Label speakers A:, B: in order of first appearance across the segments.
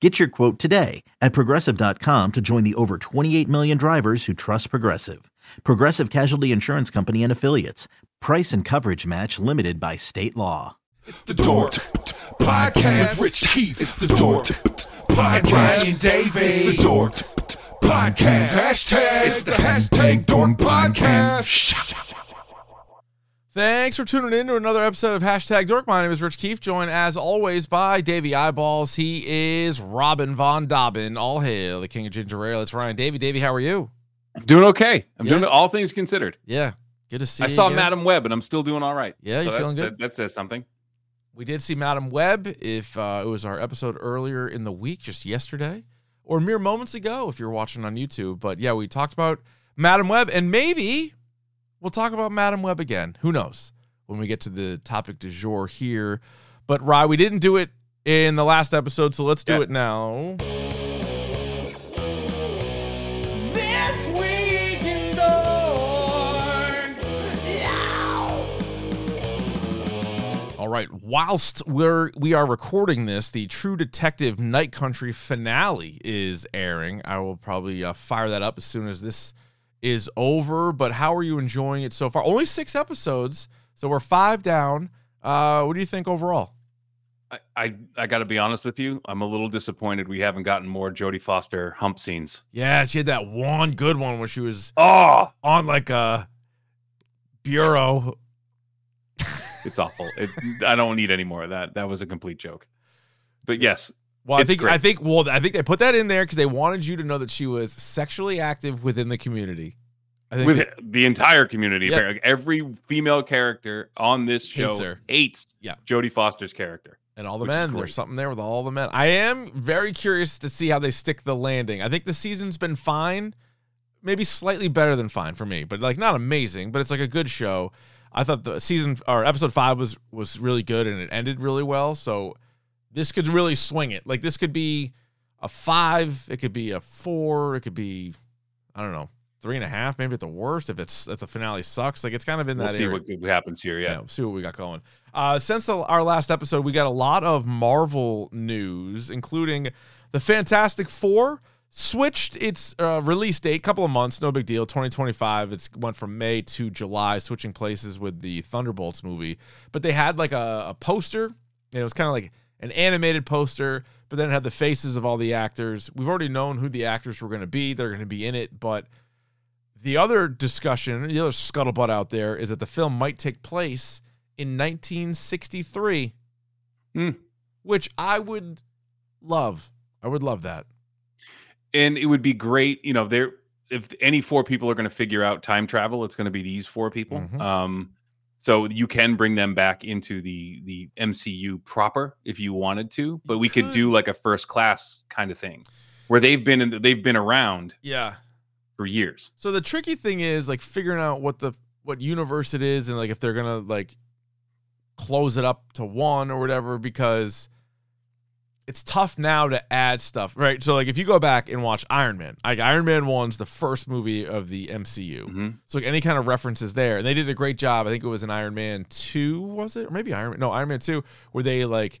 A: Get your quote today at progressive.com to join the over 28 million drivers who trust Progressive. Progressive Casualty Insurance Company and Affiliates. Price and coverage match limited by state law.
B: It's the Dork Podcast. Rich Keith. It's the Dork Podcast. Ryan Davis. It's the Dork Podcast. Hashtag. It's the hashtag Dork Podcast.
C: Thanks for tuning in to another episode of Hashtag Dork. My name is Rich Keefe, joined as always by Davey Eyeballs. He is Robin Von Dobbin. All hail the king of ginger ale. It's Ryan Davey. Davey, how are you?
D: I'm doing okay. I'm
C: Yeah.
D: doing all things considered.
C: Yeah, good to see
D: I
C: you.
D: saw
C: again.
D: Madam Web, and I'm still doing all right.
C: Yeah, you
D: that's-
C: feeling good?
D: That, that says something.
C: We did see Madam Web. If uh, it was our episode earlier in the week, just yesterday, or mere moments ago, if you're watching on YouTube. But yeah, we talked about Madam Web, and maybe we'll talk about Madam Web again. Who knows when we get to the topic du jour here? But Rye, we didn't do it in the last episode, so let's do
D: Yeah.
C: it now.
B: This week in Dork.
C: All right. Whilst we're we are recording this, the True Detective Night Country finale is airing. I will probably uh, fire that up as soon as this is over. But how are you enjoying it so far? Only six episodes, so we're five down. Uh, what do you think overall?
D: I, I, I got to be honest with you. I'm a little disappointed we haven't gotten more Jodie Foster hump scenes.
C: Yeah, she had that one good one where she was
D: Oh,
C: on like a bureau.
D: it's awful. It, I don't need any more of that. That was a complete joke. But yes,
C: Well, I
D: It's
C: think I
D: great.
C: think well, I think they put that in there because they wanted you to know that she was sexually active within the community. I think
D: with the entire community,
C: Yeah.
D: apparently, every female character on this show
C: Hates
D: hates,
C: her. Yeah.
D: Jodie Foster's character.
C: and all the
D: which is
C: men.
D: great.
C: There's something there with all the men. I am very curious to see how they stick the landing. I think the season's been fine, maybe slightly better than fine for me, but like not amazing. But it's like a good show. I thought the season or episode five was was really good and it ended really well. So this could really swing it. Like this could be a five. It could be a four. It could be I don't know three and a half. Maybe at the worst if it's if the finale sucks. Like it's kind of in
D: We'll
C: that
D: see
C: area.
D: what good happens here.
C: Yeah.
D: Yeah.
C: see what we got going. Uh, since the, our last episode, we got a lot of Marvel news, including the Fantastic Four switched its uh, release date, couple of months, no big deal. 2025. It's went from May to July, switching places with the Thunderbolts movie. But they had like a, a poster, and it was kind of like an animated poster, but then it had the faces of all the actors. We've already known who the actors were going to be. They're going to be in it, but the other discussion, the other scuttlebutt out there is that the film might take place in 1963,
D: Hmm.
C: which I would love. I would love that.
D: and it would be great you know there if any four people are going to figure out time travel it's going to be these four people
C: Mhm.
D: um so you can bring them back into the the MCU proper if you wanted to but we could
C: could.
D: do like a first class kind of thing where they've been in the, they've been around
C: Yeah.
D: for years
C: So the tricky thing is like figuring out what the what universe it is and like if they're gonna like close it up to one or whatever because it's tough now to add stuff, right? So like if you go back and watch Iron Man, like Iron Man one's the first movie of the MCU.
D: Mhm.
C: So like any kind of references there, and they did a great job. I think it was in Iron Man two, was it, or maybe Iron Man? No, Iron Man two, where they like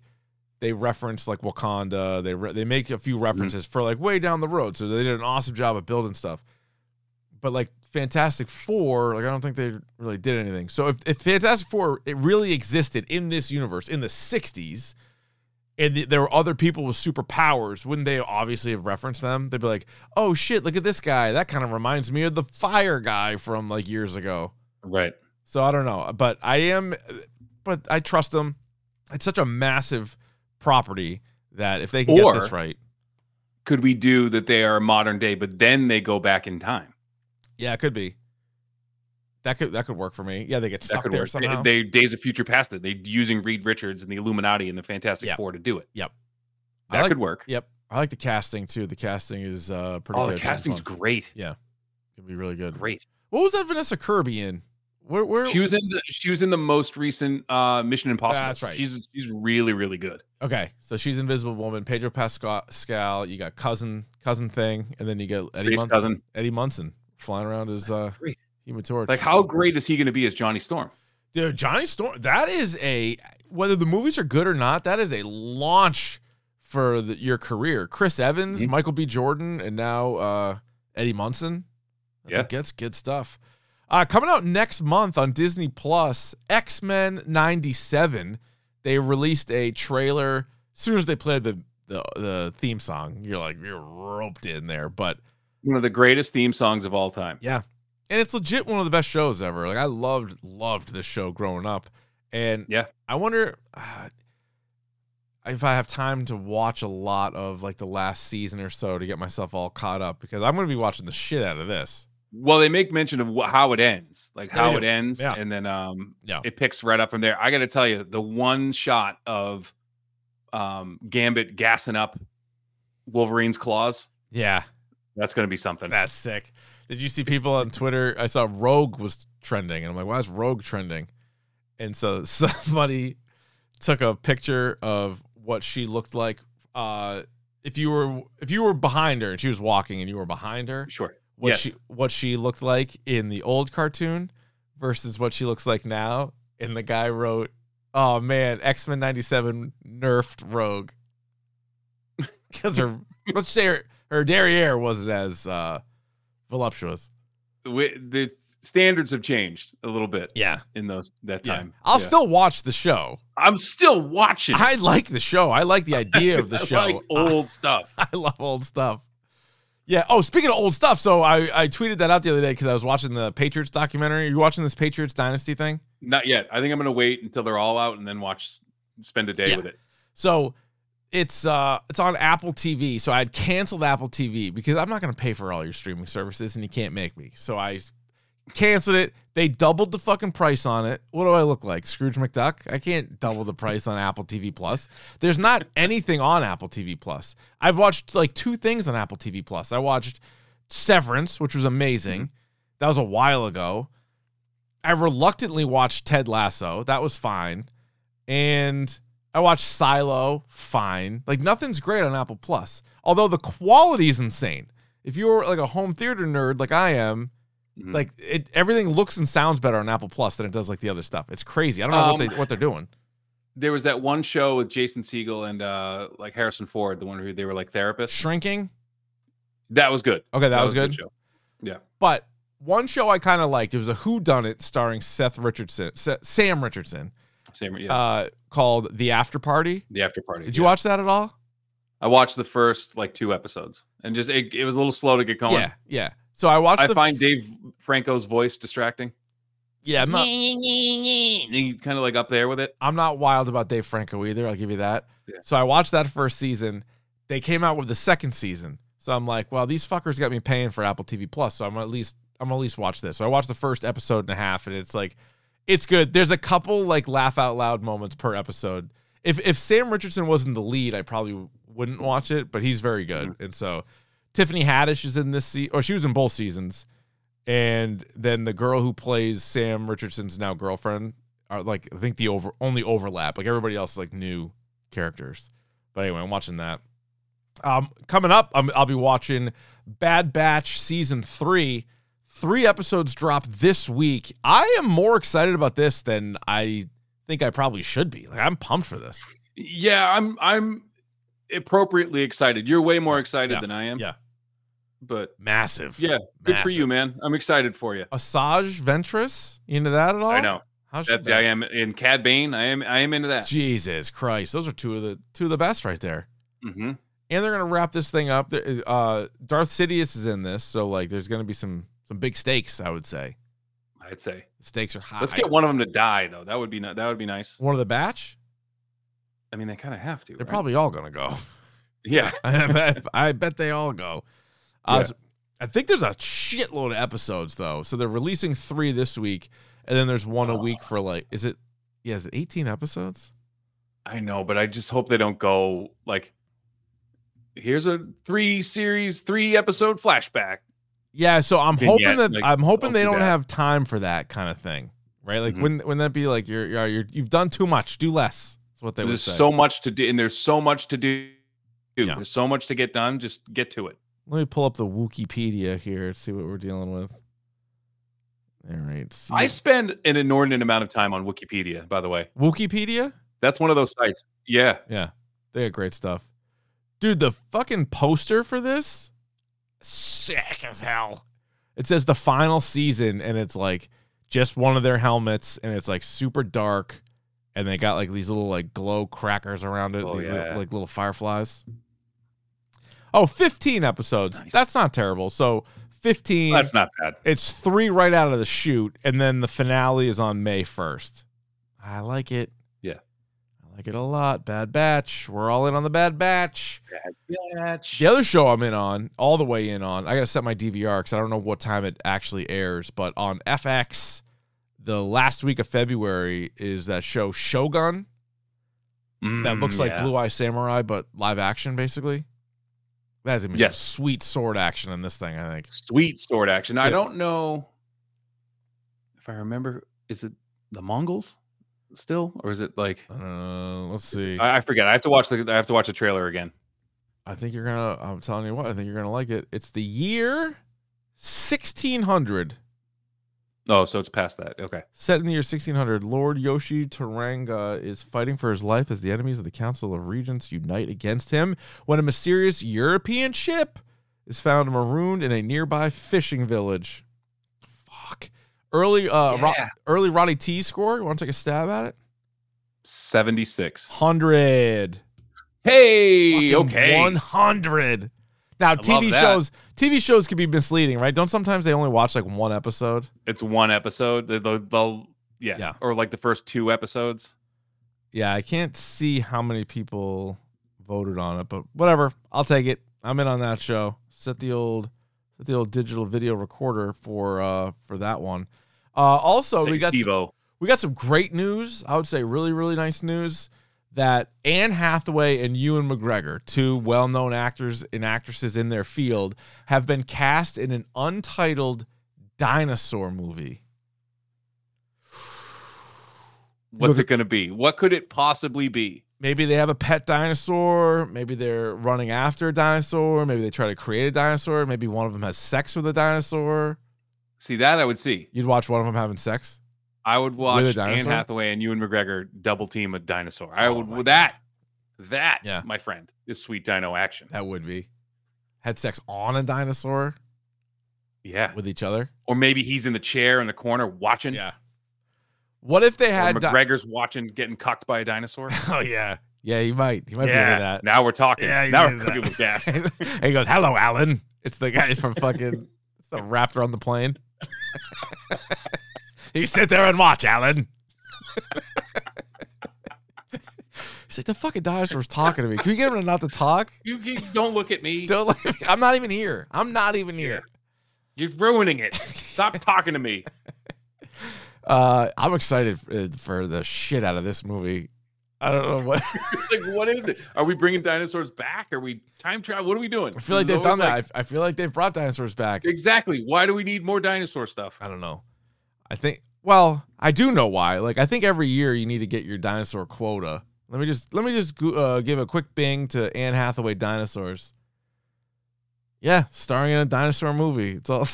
C: they reference like Wakanda. They re- they make a few references for like way down the road. So they did an awesome job of building stuff. But like Fantastic Four, like I don't think they really did anything. So if, if Fantastic Four it really existed in this universe in the '60s, and th- there were other people with superpowers, wouldn't they obviously have referenced them? They'd be like, "Oh shit, look at this guy. That kind of reminds me of the fire guy from like years ago."
D: right
C: So I don't know, but I am, but I trust them. It's such a massive property that if they can
D: Or-
C: get this right,
D: could we do that they are modern day but then they go back in time
C: yeah, it could be. That could that could work for me. Yeah, they get
D: that
C: stuck
D: could
C: there
D: work They-
C: somehow.
D: they, days of future past it they using reed richards and the illuminati and the fantastic
C: Yeah.
D: four to do it
C: Yep. I
D: that
C: like-
D: could work
C: yep, I like the casting too. The casting is uh pretty.
D: oh
C: good.
D: the casting's
C: It's fun.
D: great
C: Could be really good.
D: great
C: What was that Vanessa Kirby in? Where, where
D: She was in the she was in the most recent uh Mission Impossible.
C: That's right.
D: She's she's really really good.
C: Okay, so she's Invisible Woman, Pedro Pascal. You got cousin, cousin thing, and then you got Eddie
D: Space
C: Munson.
D: cousin.
C: Eddie Munson flying around as uh,
D: Great.
C: Human Torch.
D: Like how great is he going to be as Johnny Storm?
C: Dude, Johnny Storm. That is a whether the movies are good or not. That is a launch for the, your career. Chris Evans,
D: Mhm.
C: Michael B. Jordan, and now uh, Eddie Munson. That's
D: Yeah.
C: like, that's good stuff. Uh, coming out next month on Disney Plus, X Men '97. They released a trailer. As soon as they played the the, the theme song, you're like you're roped in there. But
D: One of the greatest theme songs of all time.
C: and it's legit one of the best shows ever. Like I loved loved this show growing up, and
D: Yeah.
C: I wonder uh, if I have time to watch a lot of like the last season or so to get myself all caught up because I'm gonna be watching the shit out of this.
D: Well, they make mention of wh- how it ends, like
C: They
D: how
C: do.
D: it ends,
C: Yeah.
D: and then um
C: Yeah.
D: it picks right up from there. I got to tell you, the one shot of um Gambit gassing up Wolverine's claws,
C: Yeah,
D: that's going to be something.
C: that's sick. Did you see people on Twitter? I saw Rogue was trending, and I'm like, why is Rogue trending? And so somebody took a picture of what she looked like. Uh, if you were if you were behind her and she was walking and you were behind her,
D: Sure.
C: what
D: Yes.
C: she what she looked like in the old cartoon versus what she looks like now. And the guy wrote, "Oh man, X Men '97 nerfed Rogue because her let's say her, her derriere wasn't as uh, voluptuous."
D: We, the standards have changed a little bit
C: Yeah,
D: in those that
C: yeah.
D: time.
C: I'll
D: Yeah.
C: still watch the show.
D: I'm still watching.
C: I like the show. I like the idea of the
D: I
C: show.
D: like old stuff.
C: I love old stuff. Yeah. Oh, speaking of old stuff, so I, I tweeted that out the other day because I was watching the Patriots documentary. Are you watching this Patriots dynasty thing?
D: Not yet. I think I'm going to wait until they're all out and then watch spend a day
C: Yeah.
D: with it.
C: So it's uh it's on Apple TV. So I had canceled Apple TV because I'm not gonna pay for all your streaming services and you can't make me. So I canceled it. They doubled the fucking price on it. What do I look like? Scrooge McDuck? I can't double the price on Apple TV Plus. There's not anything on Apple TV Plus. I've watched like two things on Apple TV Plus. I watched Severance, which was amazing. That was a while ago. I reluctantly watched Ted Lasso. That was fine. And I watched Silo. Fine. Like nothing's great on Apple Plus. Although the quality is insane. If you're like a home theater nerd like I am,
D: Mhm.
C: like it everything looks and sounds better on Apple Plus than it does like the other stuff. It's crazy. I don't know what
D: Um,
C: they what they're doing.
D: there was that one show with Jason Siegel and uh like Harrison Ford, the one who they were like therapists.
C: Shrinking.
D: That was good.
C: Okay, that, was,
D: a
C: good.
D: show.
C: But one show I kind of liked. It was a Who Done It starring Seth Richardson, Sa- Sam Richardson,
D: Same, yeah.
C: uh, called The After Party.
D: the after party.
C: Did you
D: yeah.
C: watch that at all?
D: I watched the first like two episodes and just it, it was a little slow to get going.
C: Yeah, yeah. So I watched.
D: I
C: the
D: find
C: f-
D: Dave Franco's voice distracting.
C: yeah, I'm not.
D: And he's kind of like up there with it.
C: I'm not wild about Dave Franco either. I'll give you that.
D: Yeah.
C: So I watched that first season. They came out with the second season. So I'm like, well, these fuckers got me paying for Apple TV Plus. So I'm at least I'm at least watch this. So I watched the first episode and a half, and it's like, it's good. There's a couple like laugh out loud moments per episode. If if Sam Richardson wasn't the lead, I probably wouldn't watch it. But he's very good, and so Tiffany Haddish is in this se- or she was in both seasons, and then the girl who plays Sam Richardson's now girlfriend are like I think the over only overlap. Like everybody else is like new characters. But anyway, I'm watching that. Um, coming up, I'm, I'll be watching Bad Batch season three. Three episodes drop this week. I am more excited about this than I think I probably should be. Like I'm pumped for this.
D: Yeah, I'm I'm appropriately excited. You're way more excited
C: Yeah,
D: than I am.
C: yeah.
D: But
C: Massive.
D: yeah, good for
C: Massive.
D: you, man. I'm excited for you.
C: Asajj Ventress, you into that at all?
D: I know.
C: How should
D: That's I am in Cad Bane. I am I am into that.
C: Jesus Christ, those are two of the two of the best right there.
D: hmm
C: and they're gonna wrap this thing up. There- Uh, Darth Sidious is in this, so like, there's gonna be some some big stakes. I would say
D: I'd say.
C: the stakes are high.
D: Let's get one of them to die though. That would be ni- that would be nice.
C: One of the batch.
D: I mean, they kind of have to.
C: They're
D: right?
C: probably all gonna go.
D: yeah.
C: I bet, I bet they all go. Uh,
D: Yeah.
C: so- I think there's a shitload of episodes though, so they're releasing three this week, and then there's one a week for like, is it? Yeah, is it 18 episodes?
D: I know, but I just hope they don't go like. Here's a three series, three episode flashback.
C: Yeah, so I'm
D: Vignette,
C: hoping that
D: like,
C: I'm hoping
D: don't
C: they
D: do
C: don't
D: that.
C: have time for that kind of thing. right? Like
D: Mhm.
C: wouldn't wouldn't that be like you're you're, you're you've done too much, do less. That's what they would
D: There's
C: say.
D: so much to do, and there's so much to do.
C: Yeah.
D: There's so much to get done. Just get to it.
C: Let me pull up the Wikipedia here to see what we're dealing with. All right. see-
D: I spend an inordinate amount of time on Wikipedia. By the way,
C: Wikipedia?
D: that's one of those sites. Yeah,
C: Yeah. They got great stuff. Dude, the fucking poster for this sick as hell. It says the final season and it's like just one of their helmets and it's like super dark and they got like these little like glow crackers around it,
D: Oh,
C: these
D: yeah.
C: little, like little fireflies. Oh, 15 episodes.
D: nice.
C: That's, not terrible. So 15
D: that's not bad.
C: it's three right out of the shoot, and then the finale is on May first. I like it.
D: Yeah.
C: I like it a lot. Bad Batch. We're all in on the Bad Batch.
D: Bitch.
C: The other show I'm in on, all the way in on. I gotta set my DVR because I don't know what time it actually airs, but on FX, the last week of February is that show Shogun that
D: Mm,
C: looks like
D: yeah.
C: Blue Eye Samurai but live action basically. That's gonna be some
D: Yes.
C: sweet sword action in this thing. I think.
D: sweet sword action.
C: Yeah.
D: I don't know if I remember. Is it the Mongols still, or is it like?
C: Uh, let's
D: is
C: see.
D: it- I, I forget. I have to watch the. I have to watch the trailer again.
C: I think you're gonna. I'm telling you what. I think you're gonna like it. It's the year 1600.
D: Oh, so it's past that. Okay.
C: Set in the year 1600, Lord Yoshi Taranga is fighting for his life as the enemies of the Council of Regents unite against him when a mysterious European ship is found marooned in a nearby fishing village. Fuck. Early, uh, Ro-
D: Yeah.
C: early Roddy T score. You want to take a stab at it?
D: Seventy six.
C: Hundred.
D: Hey.
C: Fucking
D: Okay.
C: 100. Now TV
D: love that.
C: shows TV shows can be misleading, right? Don't sometimes they only watch like one episode?
D: It's one episode. The the, the yeah.
C: Yeah.
D: Or like the first two episodes.
C: Yeah, I can't see how many people voted on it, but whatever. I'll take it. I'm in on that show. Set the old set the old digital video recorder for uh for that one. Uh also,
D: Say
C: we got
D: TiVo.
C: we got some great news. I would say really, really nice news that Anne Hathaway and Ewan McGregor, two well known actors and actresses in their field, have been cast in an untitled dinosaur movie.
D: What's it gonna be? What could it possibly be?
C: Maybe they have a pet dinosaur. Maybe they're running after a dinosaur. Maybe they try to create a dinosaur. Maybe one of them has sex with a dinosaur.
D: See that I would see.
C: You'd watch one of them having sex.
D: I would watch Anne
C: dinosaur?
D: Hathaway and Ewan McGregor double team a dinosaur. I
C: Oh
D: would
C: my
D: that that
C: Yeah.
D: my friend is sweet dino action.
C: That would be. Had sex on a dinosaur
D: Yeah.
C: with each other.
D: Or maybe he's in the chair in the corner watching.
C: What if they
D: Or
C: had di-
D: McGregor's watching getting cucked by a dinosaur.
C: Oh yeah, yeah. He might. He might
D: yeah.
C: be
D: Now we're talking.
C: Yeah, you
D: now we're
C: did that.
D: cooking with gas.
C: into that. and he goes, "Hello, Alan." It's the guy from fucking it's the raptor on the plane. you sit there and watch, Alan. He's like, "The fucking dinosaur's talking to me. Can you get him not to talk?
D: you, you don't look at me.
C: Don't look at me. I'm not even here. I'm not even here."
D: You're ruining it. Stop talking to me.
C: Uh, I'm excited f- for the shit out of this movie. I don't know what.
D: It's like, what is it? Are we bringing dinosaurs back? Are we time travel? What are we doing?
C: I feel like
D: This
C: they've
D: is
C: done
D: always
C: that. I
D: like-
C: f- I feel like they've brought dinosaurs back.
D: exactly. Why do we need more dinosaur stuff?
C: I don't know. I think well, I do know why. Like I think every year you need to get your dinosaur quota. Let me just let me just go, uh, give a quick bing to Anne Hathaway dinosaurs. Yeah, starring in a dinosaur movie. It's all.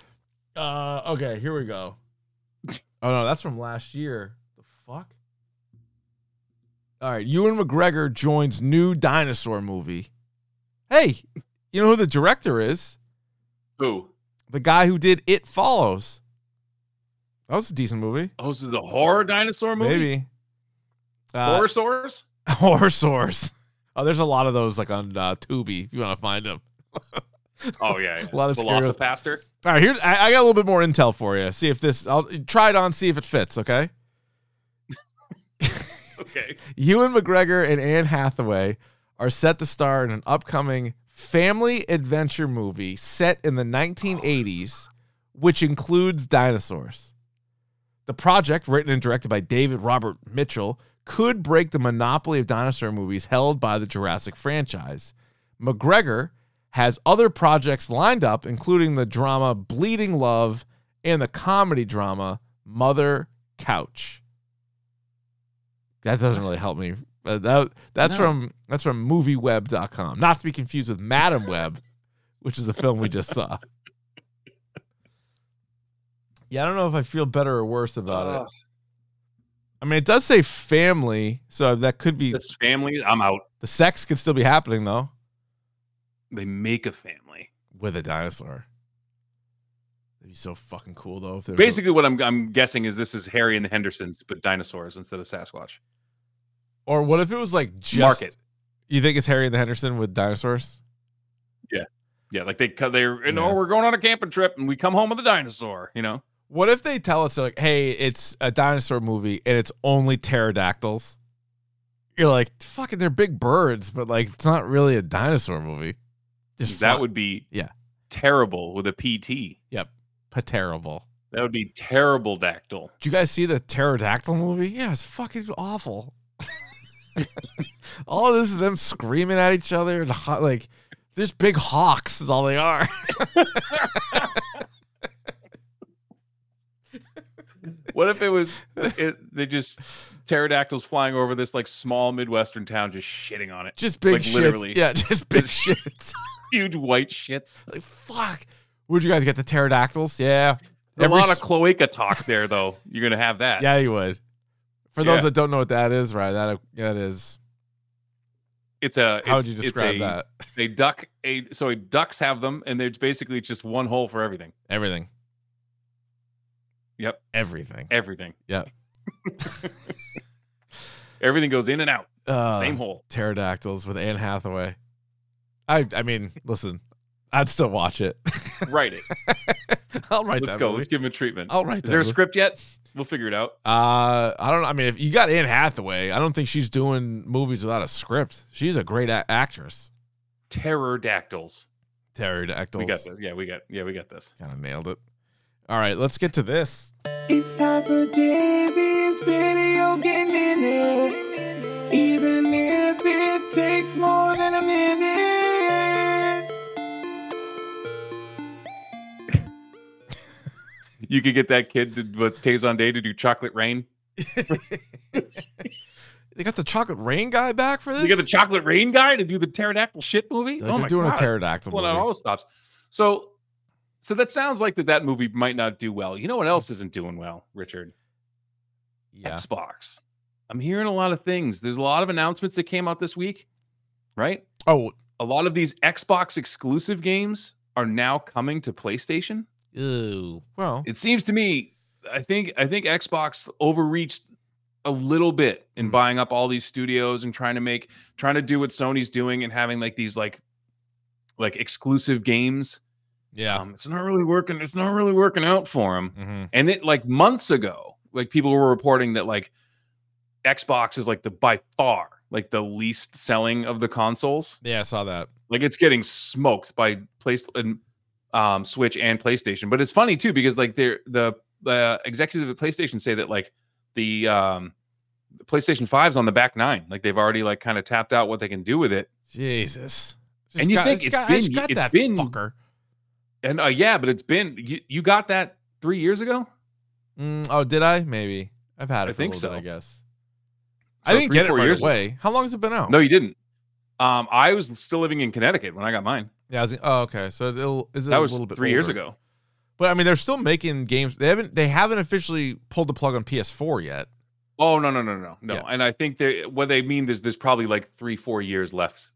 C: uh, okay, here we go. Oh no, that's from last year. The fuck. All right, Ewan McGregor joins new dinosaur movie. Hey, you know who the director is?
D: Who?
C: the guy who did It Follows. That was a decent movie.
D: Oh, so the horror dinosaur movie?
C: Maybe. Uh,
D: Horror source?
C: horror source. Oh, there's a lot of those like on uh, Tubi if you want to find them.
D: Oh yeah. yeah.
C: A lot of scary-
D: Velocipaster.
C: All right, here's I, I got a little bit more intel for you. See if this I'll try it on, see if it fits. Okay.
D: Okay.
C: Ewan McGregor and Anne Hathaway are set to star in an upcoming family adventure movie set in the 1980s, which includes dinosaurs. The project, written and directed by David Robert Mitchell, could break the monopoly of dinosaur movies held by the Jurassic franchise. McGregor has other projects lined up, including the drama Bleeding Love and the comedy drama Mother Couch. That doesn't really help me. Uh, that that's
D: No.
C: from that's from movieweb.com. Not to be confused with Madam Web, which is the film we just saw. Yeah, I don't know if I feel better or worse about it.
D: Ugh,
C: I mean, it does say family, so that could be
D: this family, I'm out.
C: the sex could still be happening though
D: They make a family.
C: with a dinosaur. That'd be so fucking cool though. If there was a-
D: Basically, what I'm I'm guessing is this is Harry and the Hendersons, but dinosaurs instead of Sasquatch.
C: or what if it was like just
D: Mark it.
C: You think it's Harry and the Henderson with dinosaurs?
D: Yeah, like they cut. They're and,
C: Yeah.
D: oh, we're going on a camping trip, and we come home with a dinosaur. You know,
C: What if they tell us they're like, hey, it's a dinosaur movie and it's only pterodactyls? You're like, fucking, they're big birds, but like, it's not really a dinosaur movie. Just
D: that
C: fuck-
D: would be
C: Yeah.
D: terrible with a PT.
C: yep, pa- terrible.
D: That would be terrible dactyl.
C: Did you guys see the pterodactyl movie? Yeah, it's fucking awful. all of this is them screaming at each other and ho- like, there's big hawks is all they are.
D: What if it was it, they just pterodactyls flying over this like small midwestern town, just shitting on it?
C: Just big
D: Like,
C: shits.
D: literally.
C: Yeah, just big shits.
D: Huge white shits.
C: Like, fuck. Where'd you guys get the pterodactyls? Yeah.
D: a
C: Every
D: lot of
C: s-
D: cloaca talk there, though. You're gonna have that.
C: yeah, you would. For those
D: Yeah.
C: that don't know what that is, right? That that is.
D: it's a.
C: How would
D: it's-
C: you
D: it's
C: describe
D: a-
C: that?
D: They duck a so a ducks have them, and there's basically just one hole for everything.
C: Everything.
D: Yep. Eh,
C: Everything.
D: Everything.
C: Yeah.
D: everything goes in and out.
C: Uh,
D: Same hole.
C: pterodactyls with Anne Hathaway. I I mean, listen, I'd still watch it.
D: Write it.
C: I'll write
D: Let's
C: that
D: go.
C: movie.
D: Let's give him a treatment.
C: I'll write
D: Is
C: that
D: there a
C: movie.
D: script yet? We'll figure it out.
C: Uh, I don't know. I mean, if you got Anne Hathaway, I don't think she's doing movies without a script. She's a great a- actress.
D: Pterodactyls.
C: Pterodactyls.
D: We got this. Yeah, we got. Yeah, we got this.
C: Kind of nailed it. All right, let's get to this.
E: It's time for Davey's video game minute. Even if it takes more than a minute.
D: You could get that kid to, with Tazon Day to do Chocolate Rain.
C: They got the chocolate rain guy back for this.
D: You get the Chocolate Rain guy to do the pterodactyl shit movie. Oh
C: Like, they're doing a pterodactyl.
D: Well, not
C: movie.
D: all the stops. So, so that sounds like that that movie might not do well. You know what else isn't doing well, Richard?
C: yeah.
D: Xbox. I'm hearing a lot of things. There's a lot of announcements that came out this week, right?
C: Oh,
D: A lot of these Xbox exclusive games are now coming to PlayStation.
C: ew. Well,
D: It seems to me, I think, I think Xbox overreached a little bit in
C: Mhm.
D: buying up all these studios and trying to make, trying to do what Sony's doing and having like these like, like exclusive games.
C: yeah.
D: Um, it's not really working. It's not really working out for him.
C: hmm
D: And it like months ago, like people were reporting that like Xbox is like the by far like the least selling of the consoles.
C: Yeah, I saw that.
D: Like it's getting smoked by place and um, Switch and PlayStation. But it's funny too because like they're the the executives at PlayStation say that like the um, PlayStation 5's on the back nine. Like they've already like kind of tapped out what they can do with it.
C: Jesus.
D: And you think
C: it's
D: it's
C: got, I just
D: been-
C: got
D: it's
C: that
D: been-
C: fucker.
D: And uh, yeah, but it's been you, you got that three years ago.
C: Mm, oh, did I? Maybe I've had
D: I
C: it. for a
D: think
C: little bit,
D: so.
C: I guess. I
D: So
C: didn't
D: three,
C: get it
D: four
C: right
D: years ago.
C: away. How long has it been out?
D: No, you didn't. Um, I was still living in Connecticut when I got mine.
C: Yeah. I was- oh, okay. So it'll, is it
D: That
C: a
D: was
C: little bit
D: three years
C: older?
D: ago.
C: But I mean, they're still making games. They haven't. They haven't officially pulled the plug on PS4 yet.
D: Oh no no no no no!
C: Yeah.
D: And I think they what they mean is there's probably like three four years left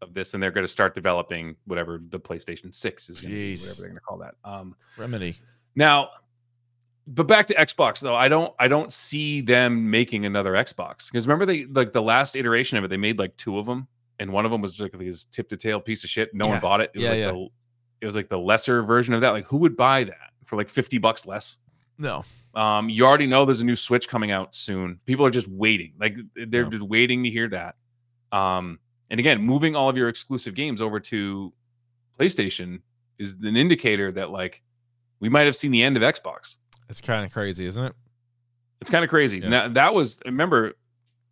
D: of this, and they're going to start developing whatever the PlayStation Six is, gonna be,
C: Jeez.
D: whatever they're going to call that. Um,
C: Remedy.
D: now, but back to Xbox though, I don't I don't see them making another Xbox because remember they like the last iteration of it, they made like two of them, and one of them was like this tip to tail piece of shit. No
C: Yeah.
D: one bought it. It was
C: Yeah,
D: like
C: yeah.
D: the it was like the lesser version of that. Like who would buy that for like fifty bucks less?
C: No.
D: Um, you already know there's a new Switch coming out soon. People are just waiting. Like they're
C: Yeah.
D: just waiting to hear that. Um, and again, moving all of your exclusive games over to PlayStation is an indicator that like we might have seen the end of Xbox.
C: It's kind of crazy, isn't it?
D: It's kind of crazy.
C: Yeah.
D: Now that was remember,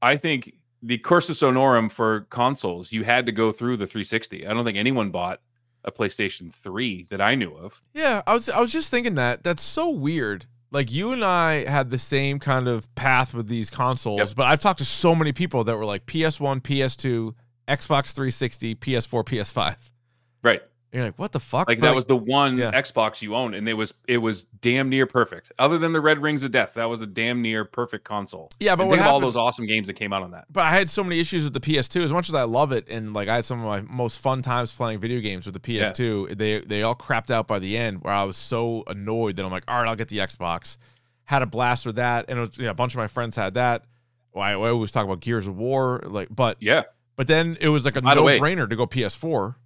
D: I think the cursus honorum for consoles, you had to go through the 360. I don't think anyone bought a PlayStation 3 that I knew of.
C: Yeah, I was I was just thinking that. That's so weird. Like you and I had the same kind of path with these consoles,
D: Yep.
C: but I've talked to so many people that were like PS1, PS2, Xbox 360, PS4, PS5. And
D: Right.
C: you're like, what the fuck?
D: Like
C: But,
D: that was the one
C: yeah.
D: Xbox you owned, and it was it was damn near perfect. Other than the Red Rings of Death, that was a damn near perfect console.
C: yeah, but
D: But
C: what
D: think of all
C: happened,
D: those awesome games that came out on that.
C: but I had so many issues with the PS2. As much as I love it, and like I had some of my most fun times playing video games with the PS2, they they all crapped out by the end. Where I was so annoyed that I'm like, all right, I'll get the Xbox. Had a blast with that, and it was, you know, a bunch of my friends had that. Well, I, I always talk about Gears of War, like, but
D: Yeah.
C: but then it was like a
D: By the
C: no
D: way-
C: brainer to go PS4.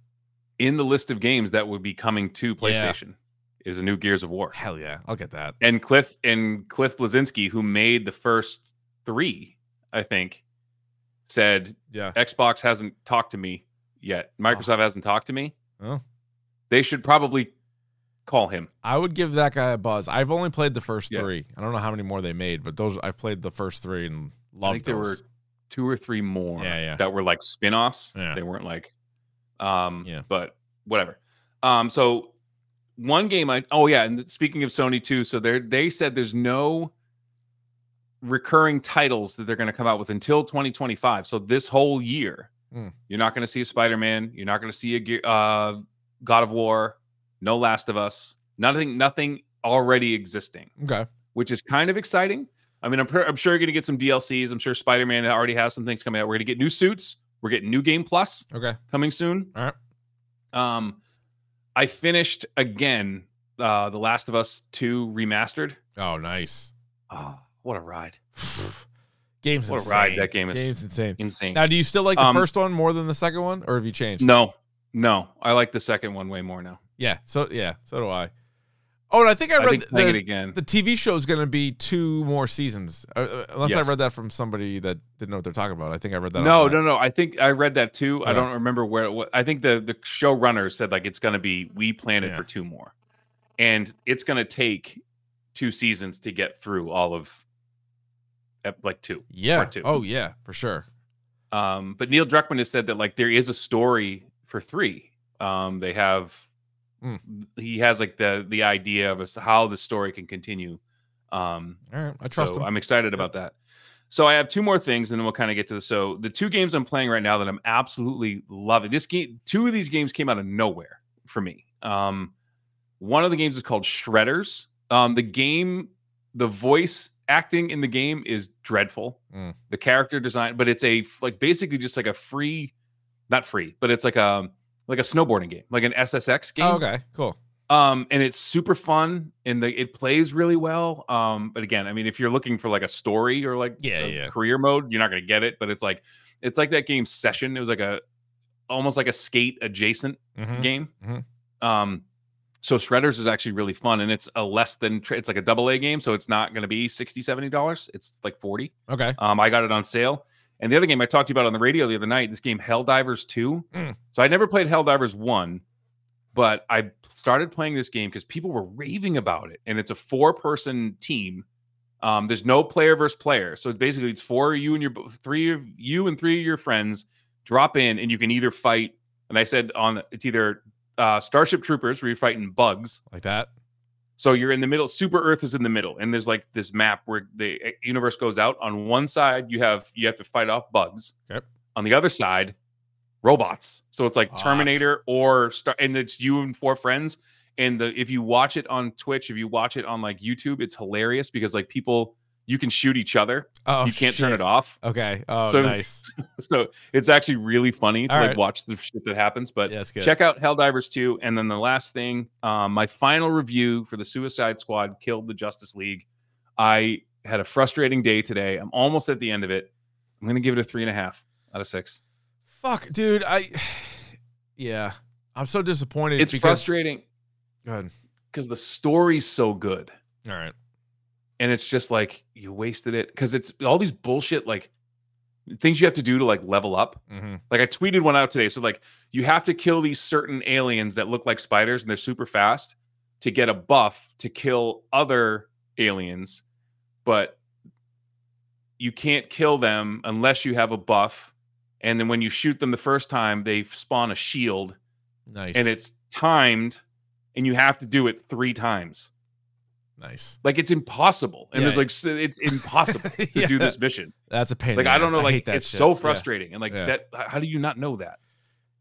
D: In the list of games that would be coming to
C: Yeah.
D: PlayStation is a new Gears of War.
C: Hell yeah, I'll get that.
D: and Cliff and Cliff Blazinski, who made the first three, I think, said
C: Yeah,
D: Xbox hasn't talked to me yet. Microsoft hasn't talked to me.
C: Oh.
D: They should probably call him.
C: I would give that guy a buzz. I've only played the first
D: Yeah.
C: three. I don't know how many more they made, but those I played the first three and loved
D: I think there were
C: those.
D: two or three more
C: Yeah, yeah.
D: that were like spin-offs.
C: Yeah.
D: They weren't like um
C: Yeah.
D: but whatever. Um so one game I oh yeah, and speaking of Sony too, so they they said there's no recurring titles that they're going to come out with until 2025. So this whole year,
C: Mm.
D: you're not going to see a Spider-Man, you're not going to see a Ge- uh God of War, no Last of Us, nothing nothing already existing
C: Okay,
D: which is kind of exciting. I mean, I'm, pr- I'm sure you're going to get some DLCs. I'm sure Spider Man already has some things coming out. We're going to get new suits. We're getting new game plus
C: okay,
D: coming soon.
C: All right.
D: Um, I finished again uh, The Last of Us 2 remastered.
C: oh nice.
D: Oh, what a ride!
C: Game's
D: What a
C: insane.
D: ride that game is.
C: Game's insane.
D: Insane.
C: Now, do you still like the
D: Um,
C: first one more than the second one, or have you changed?
D: no, no, I like the second one way more now.
C: Yeah. So yeah. So do I. Oh, and I think I
D: I,
C: read
D: think
C: the,
D: playing it again.
C: the TV show is going to be two more seasons, uh, uh, unless
D: Yes.
C: I read that from somebody that didn't know what they're talking about. I think I read that.
D: no,
C: online.
D: no, no. I think I read that too. I
C: Okay.
D: don't remember where it was. I think the the showrunner said like it's going to be we planned it
C: Yeah.
D: for two more, and it's going to take two seasons to get through all of ep- like two.
C: Yeah.
D: Part two.
C: Oh yeah, for sure.
D: Um, but Neil Druckmann has said that like there is a story for three. Um, they have
C: Mm.
D: he has like the the idea of us how the story can continue. Um,
C: All right. I trust
D: so
C: him.
D: I'm excited about that. So I have two more things, and then we'll kind of get to the. So the two games I'm playing right now that I'm absolutely loving. This game, two of these games came out of nowhere for me. Um, one of the games is called Shredders. Um, the game, the voice acting in the game is dreadful.
C: Mm.
D: The character design, but it's a f- like basically just like a free, not free, but it's like a like a snowboarding game, like an SSX game
C: Oh, okay. Cool.
D: um and it's super fun and the, it plays really well um but again i mean if you're looking for like a story or like
C: Yeah,
D: a
C: yeah.
D: career mode you're not going to get it but it's like it's like that game session it was like a almost like a skate adjacent
C: Mhm.
D: game
C: mhm.
D: um so shredders is actually really fun and it's a less than tra- it's like a double a game so it's not going to be 60 70 dollars it's like 40
C: Okay.
D: um, I got it on sale. And the other game I talked to you about on the radio the other night, this game Helldivers 2.
C: Mm.
D: So I never played Helldivers 1, but I started playing this game because people were raving about it. And it's a four-person team. Um, there's no player versus player. So basically it's four of you and your three of you and three of your friends drop in and you can either fight. And I said on it's either uh, Starship Troopers where you're fighting bugs,
C: Like that.
D: so you're in the middle. Super Earth is in the middle, and there's like this map where the uh, universe goes out. On one side, you have you have to fight off bugs.
C: Yep.
D: On the other side, robots. So it's like
C: Ah.
D: Terminator or Star, and it's you and four friends. And the if you watch it on Twitch, if you watch it on like YouTube, it's hilarious because like people you can shoot each other.
C: Oh,
D: you can't turn
C: shit.
D: it off.
C: Okay. Oh,
D: So-
C: nice.
D: So it's actually really funny to
C: All
D: like
C: right.
D: watch the shit that happens. But
C: Yeah, it's good.
D: check out Helldivers 2. And then the last thing, um, my final review for the Suicide Squad killed the Justice League. I had a frustrating day today. I'm almost at the end of it. I'm gonna give it a three and a half out of six.
C: Fuck, dude. I. Yeah. I'm so disappointed.
D: It's
C: because-
D: frustrating
C: Go ahead.
D: because the story's so good.
C: All right.
D: And it's just like you wasted it. Cause it's all these bullshit like things you have to do to like level up.
C: Mm-hmm.
D: Like I tweeted one out today. So like you have to kill these certain aliens that look like spiders and they're super fast to get a buff to kill other aliens, but you can't kill them unless you have a buff. And then when you shoot them the first time, they spawn a shield
C: Nice.
D: and it's timed and you have to do it three times
C: nice.
D: like it's impossible and
C: Yeah,
D: there's
C: yeah.
D: like s- it's impossible to
C: Yeah.
D: do this mission
C: That's a pain. in
D: like
C: the
D: i
C: ass.
D: don't know like
C: hate that
D: it's
C: shit.
D: so
C: Yeah.
D: frustrating and like
C: Yeah.
D: that how do you not know that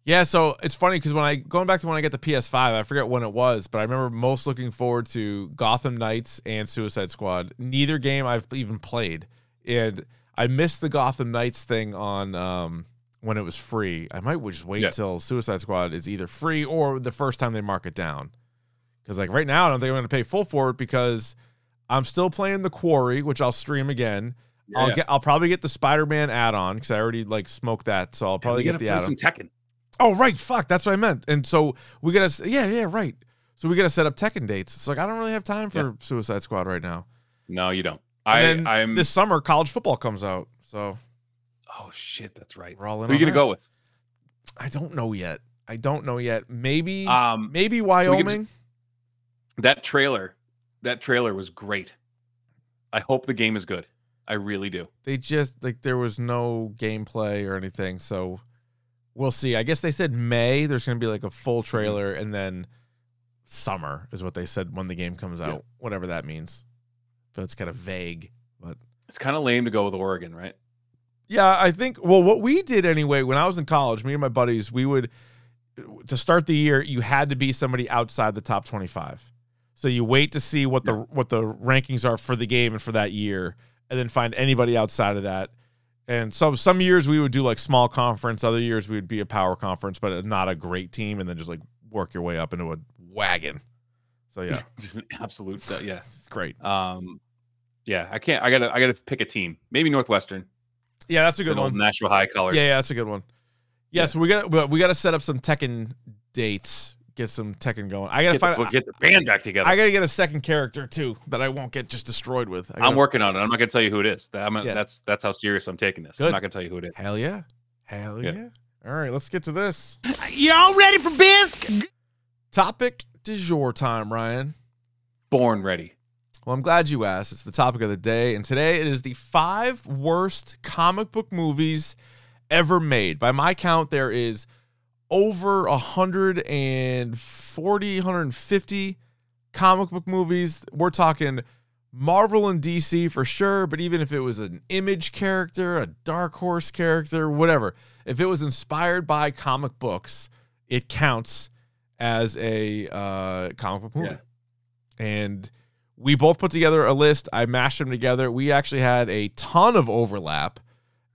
C: Yeah, so it's funny because when I going back to when I got the PS5, I forget when it was, but I remember most looking forward to Gotham Knights and Suicide Squad. Neither game I've even played, and I missed the Gotham Knights thing on um, when it was free. I might just wait
D: Yeah.
C: till Suicide Squad is either free or the first time they mark it down. Because like right now, I don't think I'm going to pay full for it because I'm still playing the Quarry, which I'll stream again.
D: Yeah,
C: I'll
D: yeah.
C: get I'll probably get the Spider Man add on because I already like smoked that, so I'll
D: Man,
C: probably
D: we
C: get
D: gotta
C: the
D: play
C: add on.
D: some tekken
C: Oh right, fuck, that's what I meant. And so we gotta, s- yeah, yeah, right. So we gotta set up Tekken dates. It's like I don't really have time for
D: Yeah.
C: Suicide Squad right now.
D: no you don't
C: And
D: i
C: then
D: i'm
C: This summer, college football comes out, so
D: oh shit that's right
C: we're all in.
D: who are you
C: on
D: gonna
C: that.
D: go with
C: I don't know yet. I don't know yet. Maybe,
D: um
C: maybe
D: so we can
C: Wyoming.
D: that trailer that trailer was great i hope the game is good i really do
C: they just like there was no gameplay or anything, so we'll see. I guess they said May. There's gonna be like a full trailer, and then summer is what they said when the game comes out,
D: Yeah.
C: whatever that means. But it's kind of vague. But
D: it's kind of lame to go with oregon right
C: Yeah, I think. Well, what we did anyway when I was in college, me and my buddies, we would to start the year. You had to be somebody outside the top twenty-five. So you wait to see what the what the rankings are for the game and for that year, and then find anybody outside of that. And some some years we would do like small conference. Other years we would be a power conference, but not a great team, and then just like work your way up into a wagon. So yeah,
D: just an absolute uh, yeah
C: it's great.
D: um yeah i can't i gotta i gotta pick a team maybe northwestern
C: Yeah, that's a good
D: an old
C: one.
D: Nashville High colors.
C: Yeah, yeah, that's a good one. Yeah,
D: Yeah.
C: so we got but we got to set up some Tekken dates. Get some Tekken going. I gotta
D: Get,
C: find.
D: the, get the band back together.
C: I gotta get a second character too that I won't get just destroyed with. I
D: I,
C: gotta,
D: am working on it. I'm not gonna tell you who it is. That- I'm gonna-
C: Yeah.
D: That's that's how serious I'm taking this.
C: Good.
D: I'm not gonna tell you who it is.
C: Hell yeah, hell yeah.
D: Yeah.
C: All right, let's get to this
E: Y'all ready for bisque?
C: topic. Du jour time, Ryan.
D: Born ready.
C: Well, I'm glad you asked. It's the topic of the day, and today it is the five worst comic book movies ever made. By my count, there is over 140, 150 comic book movies. We're talking Marvel and DC for sure, but even if it was an image character, a dark horse character, whatever, if it was inspired by comic books, it counts as a uh, comic book movie.
D: Yeah.
C: And we both put together a list. I mashed them together. We actually had a ton of overlap.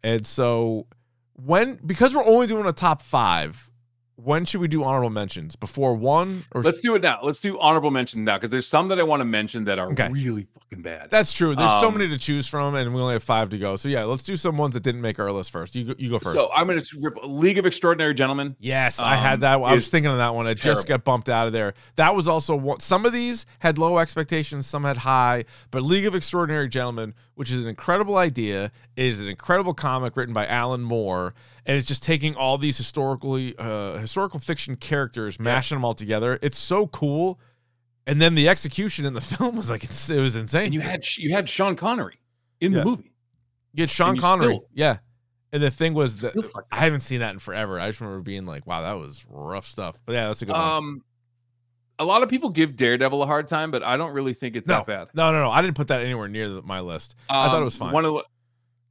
C: And so when because we're only doing a top five, when should we do honorable mentions? Before one or
D: Let's do it now. Let's do honorable mention now because there's some that I want to mention that are
C: Okay.
D: really fucking bad.
C: That's true. There's so
D: Um,
C: many to choose from, and we only have five to go. So yeah, let's do some ones that didn't make our list first. You go, you go first.
D: so I'm gonna rip League of Extraordinary Gentlemen.
C: yes, I had
D: um,
C: that. one. I was
D: is
C: thinking of that one. It just got bumped out of there. That was also one. Some of these had low expectations, some had high. But League of Extraordinary Gentlemen, which is an incredible idea, it is an incredible comic written by Alan Moore, and it's just taking all these historically uh, historical fiction characters, mashing them all together. It's so cool. And then the execution in the film was like it's, it was insane.
D: And you had you had Sean Connery in
C: Yeah.
D: the movie.
C: You had Sean
D: you
C: Connery.
D: still-
C: yeah. And the thing was that
D: Still fucked
C: I haven't seen that in forever. I just remember being like, wow, that was rough stuff. But yeah, that's a good one.
D: Um, a lot of people give Daredevil a hard time, but I don't really think it's that bad.
C: No, no, no. I didn't put that anywhere near the, my list. I thought it
D: Um,
C: was fine.
D: One of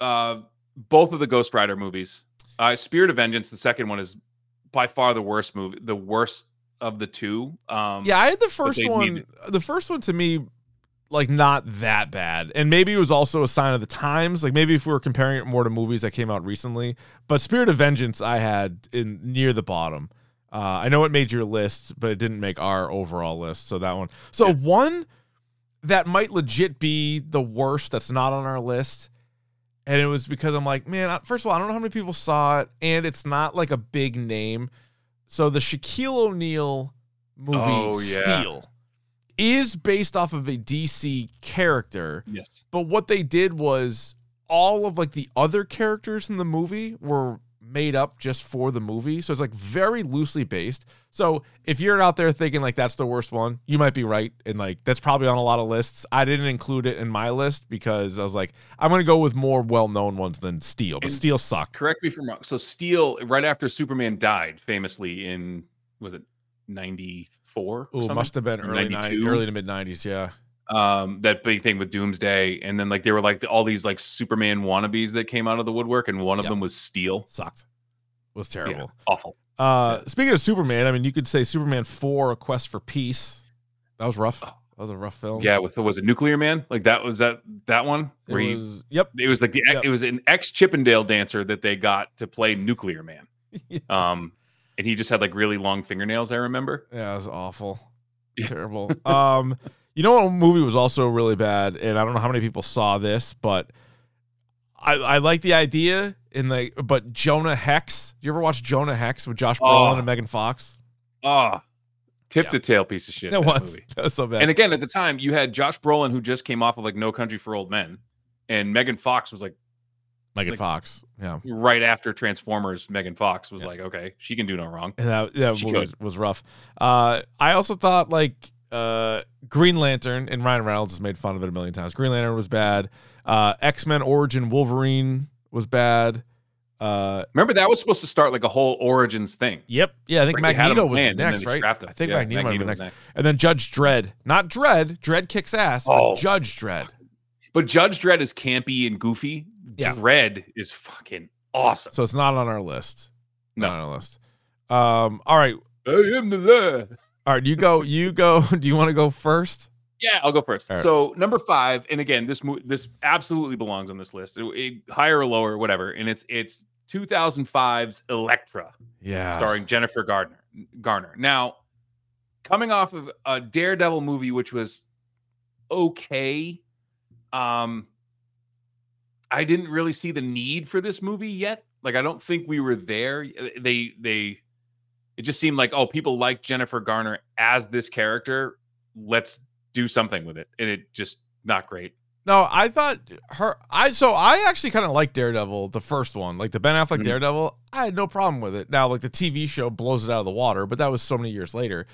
D: the, uh, both of the Ghost Rider movies, uh, Spirit of Vengeance, the second one is by far the worst movie, the worst of the two. Um,
C: yeah, I had the first
D: they
C: one.
D: needed-
C: The first one to me, like, not that bad. And maybe it was also a sign of the times. Like, maybe if we were comparing it more to movies that came out recently. But Spirit of Vengeance, I had in near the bottom. Uh, I know it made your list, but it didn't make our overall list. So that one. So
D: Yeah.
C: one that might legit be the worst that's not on our list. And it was because I'm like, man, I- first of all, I don't know how many people saw it, and it's not like a big name. So the Shaquille O'Neal movie
D: Oh, yeah.
C: Steel is based off of a DC character,
D: yes.
C: but what they did was all of like the other characters in the movie were made up just for the movie. So it's like very loosely based. So if you're out there thinking like that's the worst one, you might be right. And like that's probably on a lot of lists. I didn't include it in my list because I was like, I'm gonna go with more well known ones than Steel. But
D: And
C: Steel
D: s-
C: sucked.
D: Correct me if I'm wrong. So Steel, right after Superman died, famously in was it 94
C: Ooh,
D: or something.
C: must have been early nine,
D: 92?
C: early to mid nineties. Yeah.
D: um that big thing with doomsday and then like they were like all these like superman wannabes that came out of the woodwork and one of
C: Yep.
D: them was steel
C: Sucked. Was
D: Yeah,
C: terrible.
D: awful
C: Uh, Speaking of Superman, I mean, you could say Superman Four: A Quest for Peace. That was rough. That was a rough film.
D: yeah with was it nuclear man like that was that that one
C: Oh. It
D: where he-
C: was, yep.
D: it was like the ex-
C: Yep.
D: it was an ex Chippendale dancer that they got to play Nuclear Man.
C: Yeah.
D: Um, and he just had like really long fingernails. I remember.
C: Yeah, it was awful.
D: Yeah.
C: Terrible. Um, you know what movie was also really bad, and I don't know how many people saw this, but I, I like the idea in the but Jonah Hex. You ever watch Jonah Hex with Josh Brolin
D: Oh.
C: and Megan Fox?
D: Ah, tip
C: Yeah.
D: to tail piece of shit.
C: that
D: that
C: was
D: movie.
C: that was so bad.
D: And again, at the time, you had Josh Brolin who just came off of like No Country for Old Men, and Megan Fox was like
C: Megan
D: like-
C: Fox. Yeah.
D: right after Transformers. Megan Fox was
C: Yeah.
D: like, okay, she can do no wrong.
C: And that that
D: She
C: movie
D: killed
C: was, was rough. Uh, I also thought like uh, Green Lantern and Ryan Reynolds has made fun of it a million times. Green Lantern was bad. Uh, X Men Origin Wolverine was bad. Uh,
D: Remember that was supposed to start like a whole origins thing.
C: Yep. Yeah, I think
D: Right, they had
C: Magneto
D: him
C: was
D: planned, and then
C: next,
D: they
C: right?
D: scrapped him.
C: I think
D: Yeah,
C: Magneto, might have been
D: Magneto was
C: next. And then Judge Dredd. Not Dredd. Dredd kicks ass. but
D: Oh.
C: Judge Dredd.
D: But Judge Dredd is campy and goofy.
C: Yeah.
D: Dredd is fucking awesome.
C: So it's not on our list.
D: No.
C: Not on our list. Um, all right.
D: I am the law.
C: All right, you go, you go. Do you want to go first?
D: Yeah, I'll go first.
C: All right.
D: So number five, and again, this mo- this absolutely belongs on this list, It- it- higher or lower, whatever. And it's it's 2005's Electra,
C: Yeah.
D: starring Jennifer Gardner. Garner. Now, coming off of a Daredevil movie, which was okay, um, I didn't really see the need for this movie yet. Like, I don't think we were there. They they it just seemed like oh people like jennifer garner as this character let's do something with it and it just not great
C: No, I thought her I so I actually kind of like Daredevil, the first one, like the Ben Affleck
D: Mhm.
C: Daredevil. I had no problem with it. Now, like the TV show blows it out of the water, but that was so many years later.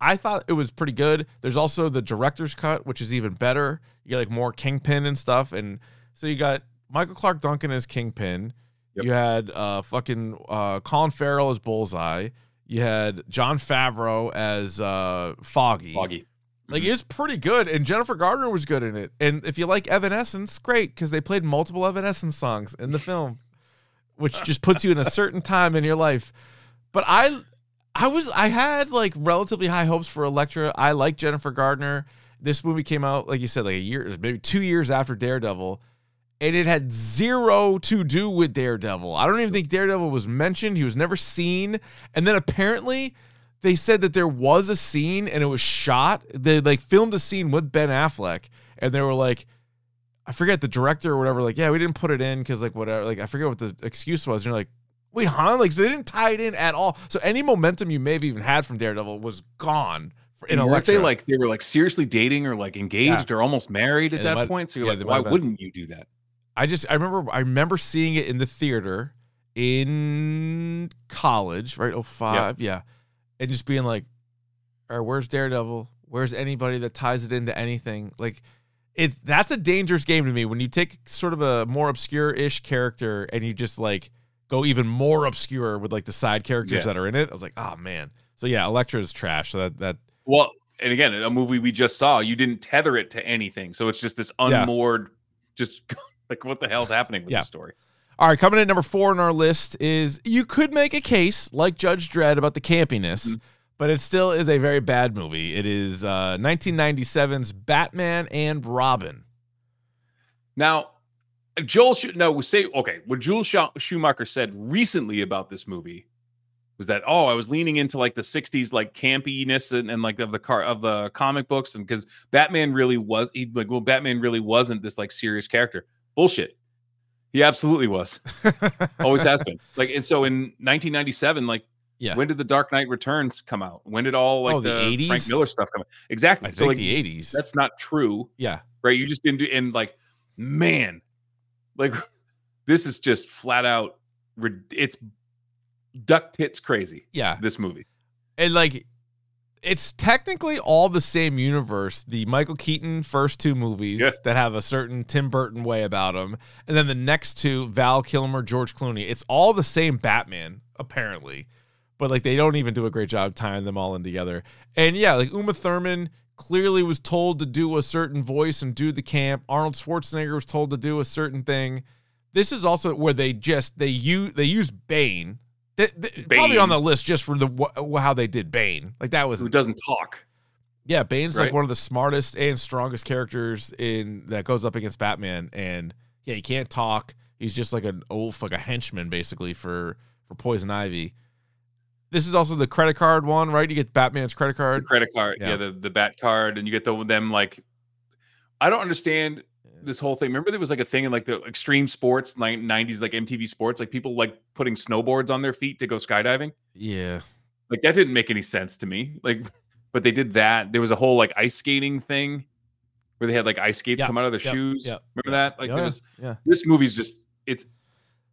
C: I thought it was pretty good. There's also the director's cut, which is even better. You get like more Kingpin and stuff, and so you got Michael Clark Duncan as Kingpin.
D: Yep.
C: You had uh fucking uh Colin Farrell as Bullseye. You had John Favreau as uh
D: foggy
C: like
D: Mhm.
C: it's pretty good, and Jennifer Gardner was good in it. And if you like Evanescence, great because they played multiple Evanescence songs in the film, which just puts you in a certain time in your life. But I, I was I had like relatively high hopes for Elektra. I like Jennifer Gardner. This movie came out like you said, like a year, maybe two years after Daredevil, and it had zero to do with Daredevil. I don't even think Daredevil was mentioned. He was never seen, and then apparently they said that there was a scene and it was shot. They like filmed a scene with Ben Affleck and they were like, I forget the director or whatever, like, yeah, we didn't put it in because like whatever, like I forget what the excuse was. And you're like, wait, huh? Like, so they didn't tie it in at all. So any momentum you may have even had from Daredevil was gone for- in
D: and weren't
C: Electra.
D: they like they were like seriously dating or like engaged or almost married at
C: And they
D: that
C: might-
D: point so you're
C: yeah, they
D: like
C: might
D: why
C: have been.
D: wouldn't you do that
C: I just I remember I remember seeing it in the theater in college, right? Oh five, yeah. And just being like, all right, where's Daredevil? Where's anybody that ties it into anything? Like it that's a dangerous game to me when you take sort of a more obscure-ish character and you just like go even more obscure with like the side characters
D: Yeah.
C: that are in it. I was like, oh man. So yeah, Elektra is trash. So that that
D: well and again a movie we just saw you didn't tether it to anything so it's just this
C: Yeah.
D: unmoored just like what the hell's happening with
C: Yeah.
D: this story
C: All right, coming in at number four on our list is you could make a case like Judge Dredd about the campiness,
D: Mhm.
C: but it still is a very bad movie. It is uh, 1997's Batman and Robin.
D: Now, Joel, Sch- no, we say, okay, what Joel Schu- Schumacher said recently about this movie was that, oh, I was leaning into like the 60s, like campiness and, and like of the car of the comic books. And because Batman really was, he like, well, Batman really wasn't this like serious character. Bullshit. He absolutely was, always has been. Like, and so in 1997, like,
C: Yeah.
D: when did the Dark Knight Returns come out? When did all like
C: Oh, the
D: the,
C: 80s?
D: Frank Miller stuff come out?
C: I
D: Exactly.
C: think
D: So, like,
C: the 80s.
D: that's not true
C: yeah.
D: right? You just didn't do, and like, man, like this is just flat out, rid- it's duck tits crazy.
C: Yeah.
D: This movie,
C: And like, it's technically all the same universe. The Michael Keaton first two movies
D: Yeah.
C: that have a certain Tim Burton way about them, and then the next two Val Kilmer, George Clooney. It's all the same Batman apparently, but like they don't even do a great job tying them all in together. And yeah, like Uma Thurman clearly was told to do a certain voice and do the camp. Arnold Schwarzenegger was told to do a certain thing. This is also where they just they use they use Bane. They- they- Probably
D: Bane.
C: on the list just for the wh- how they did Bane. Like that was
D: who doesn't talk.
C: yeah, Bane's like
D: Right.
C: one of the smartest and strongest characters in that goes up against Batman, and yeah, he can't talk. He's just like an old like a henchman basically for for Poison Ivy. This is also the credit card one, right? You get Batman's credit
D: The
C: card.
D: credit card, yeah.
C: Yeah.
D: the the bat card, and you get the them like. I don't understand this whole thing. Remember, there was like a thing in like the extreme sports, like '90s, like MTV Sports, like people like putting snowboards on their feet to go skydiving.
C: Yeah,
D: Like that didn't make any sense to me. Like, but they did that. There was a whole like ice skating thing where they had like ice skates
C: Yeah,
D: come out of their
C: yeah,
D: shoes.
C: yeah,
D: Remember that? Like,
C: yeah,
D: there was
C: yeah.
D: this movie's just it's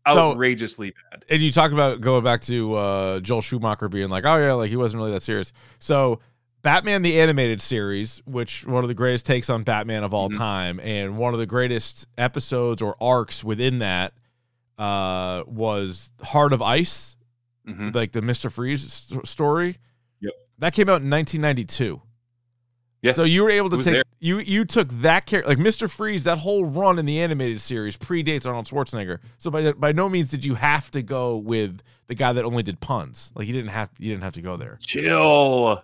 C: So-
D: outrageously bad.
C: and you talked about going back to uh, Joel Schumacher being like, oh yeah, like he wasn't really that serious. So Batman the animated series, which one of the greatest takes on Batman of all
D: Mhm.
C: time, and one of the greatest episodes or arcs within that uh, was Heart of Ice,
D: Mhm.
C: like the Mister Freeze st- story.
D: Yep.
C: that came out in 1992.
D: Yeah.
C: So you were able
D: It
C: to
D: was
C: take
D: there.
C: you you took that character like Mr. Freeze that whole run in the animated series predates Arnold Schwarzenegger. So by by no means did you have to go with the guy that only did puns. Like you didn't have you didn't have to go there.
D: Chill.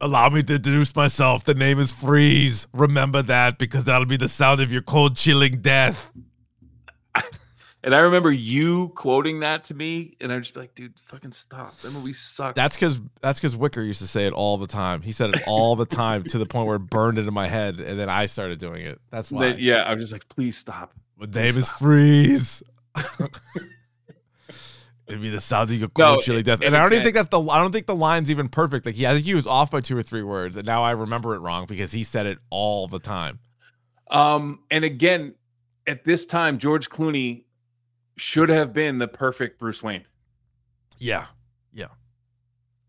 C: Allow me to introduce myself. The name is Freeze. Remember that because that'll be the sound of your cold chilling death.
D: And I remember you quoting that to me, and I'm just like, dude, fucking stop. That movie sucks.
C: That's because that's because Wicker used to say it all the time. He said it all the time to the point where it burned into my head, and then I started doing it. That's why.
D: That- yeah, I'm just like, please stop.
C: My name is Freeze. It'd be the sound of your cold
D: No,
C: chilling
D: it-
C: death.
D: it
C: And I don't even
D: exact-
C: think that's the I don't think the line's even perfect. Like yeah, I think he was off by two or three words, and now I remember it wrong because he said it all the time.
D: Um, and again, at this time, George Clooney should have been the perfect Bruce Wayne.
C: Yeah.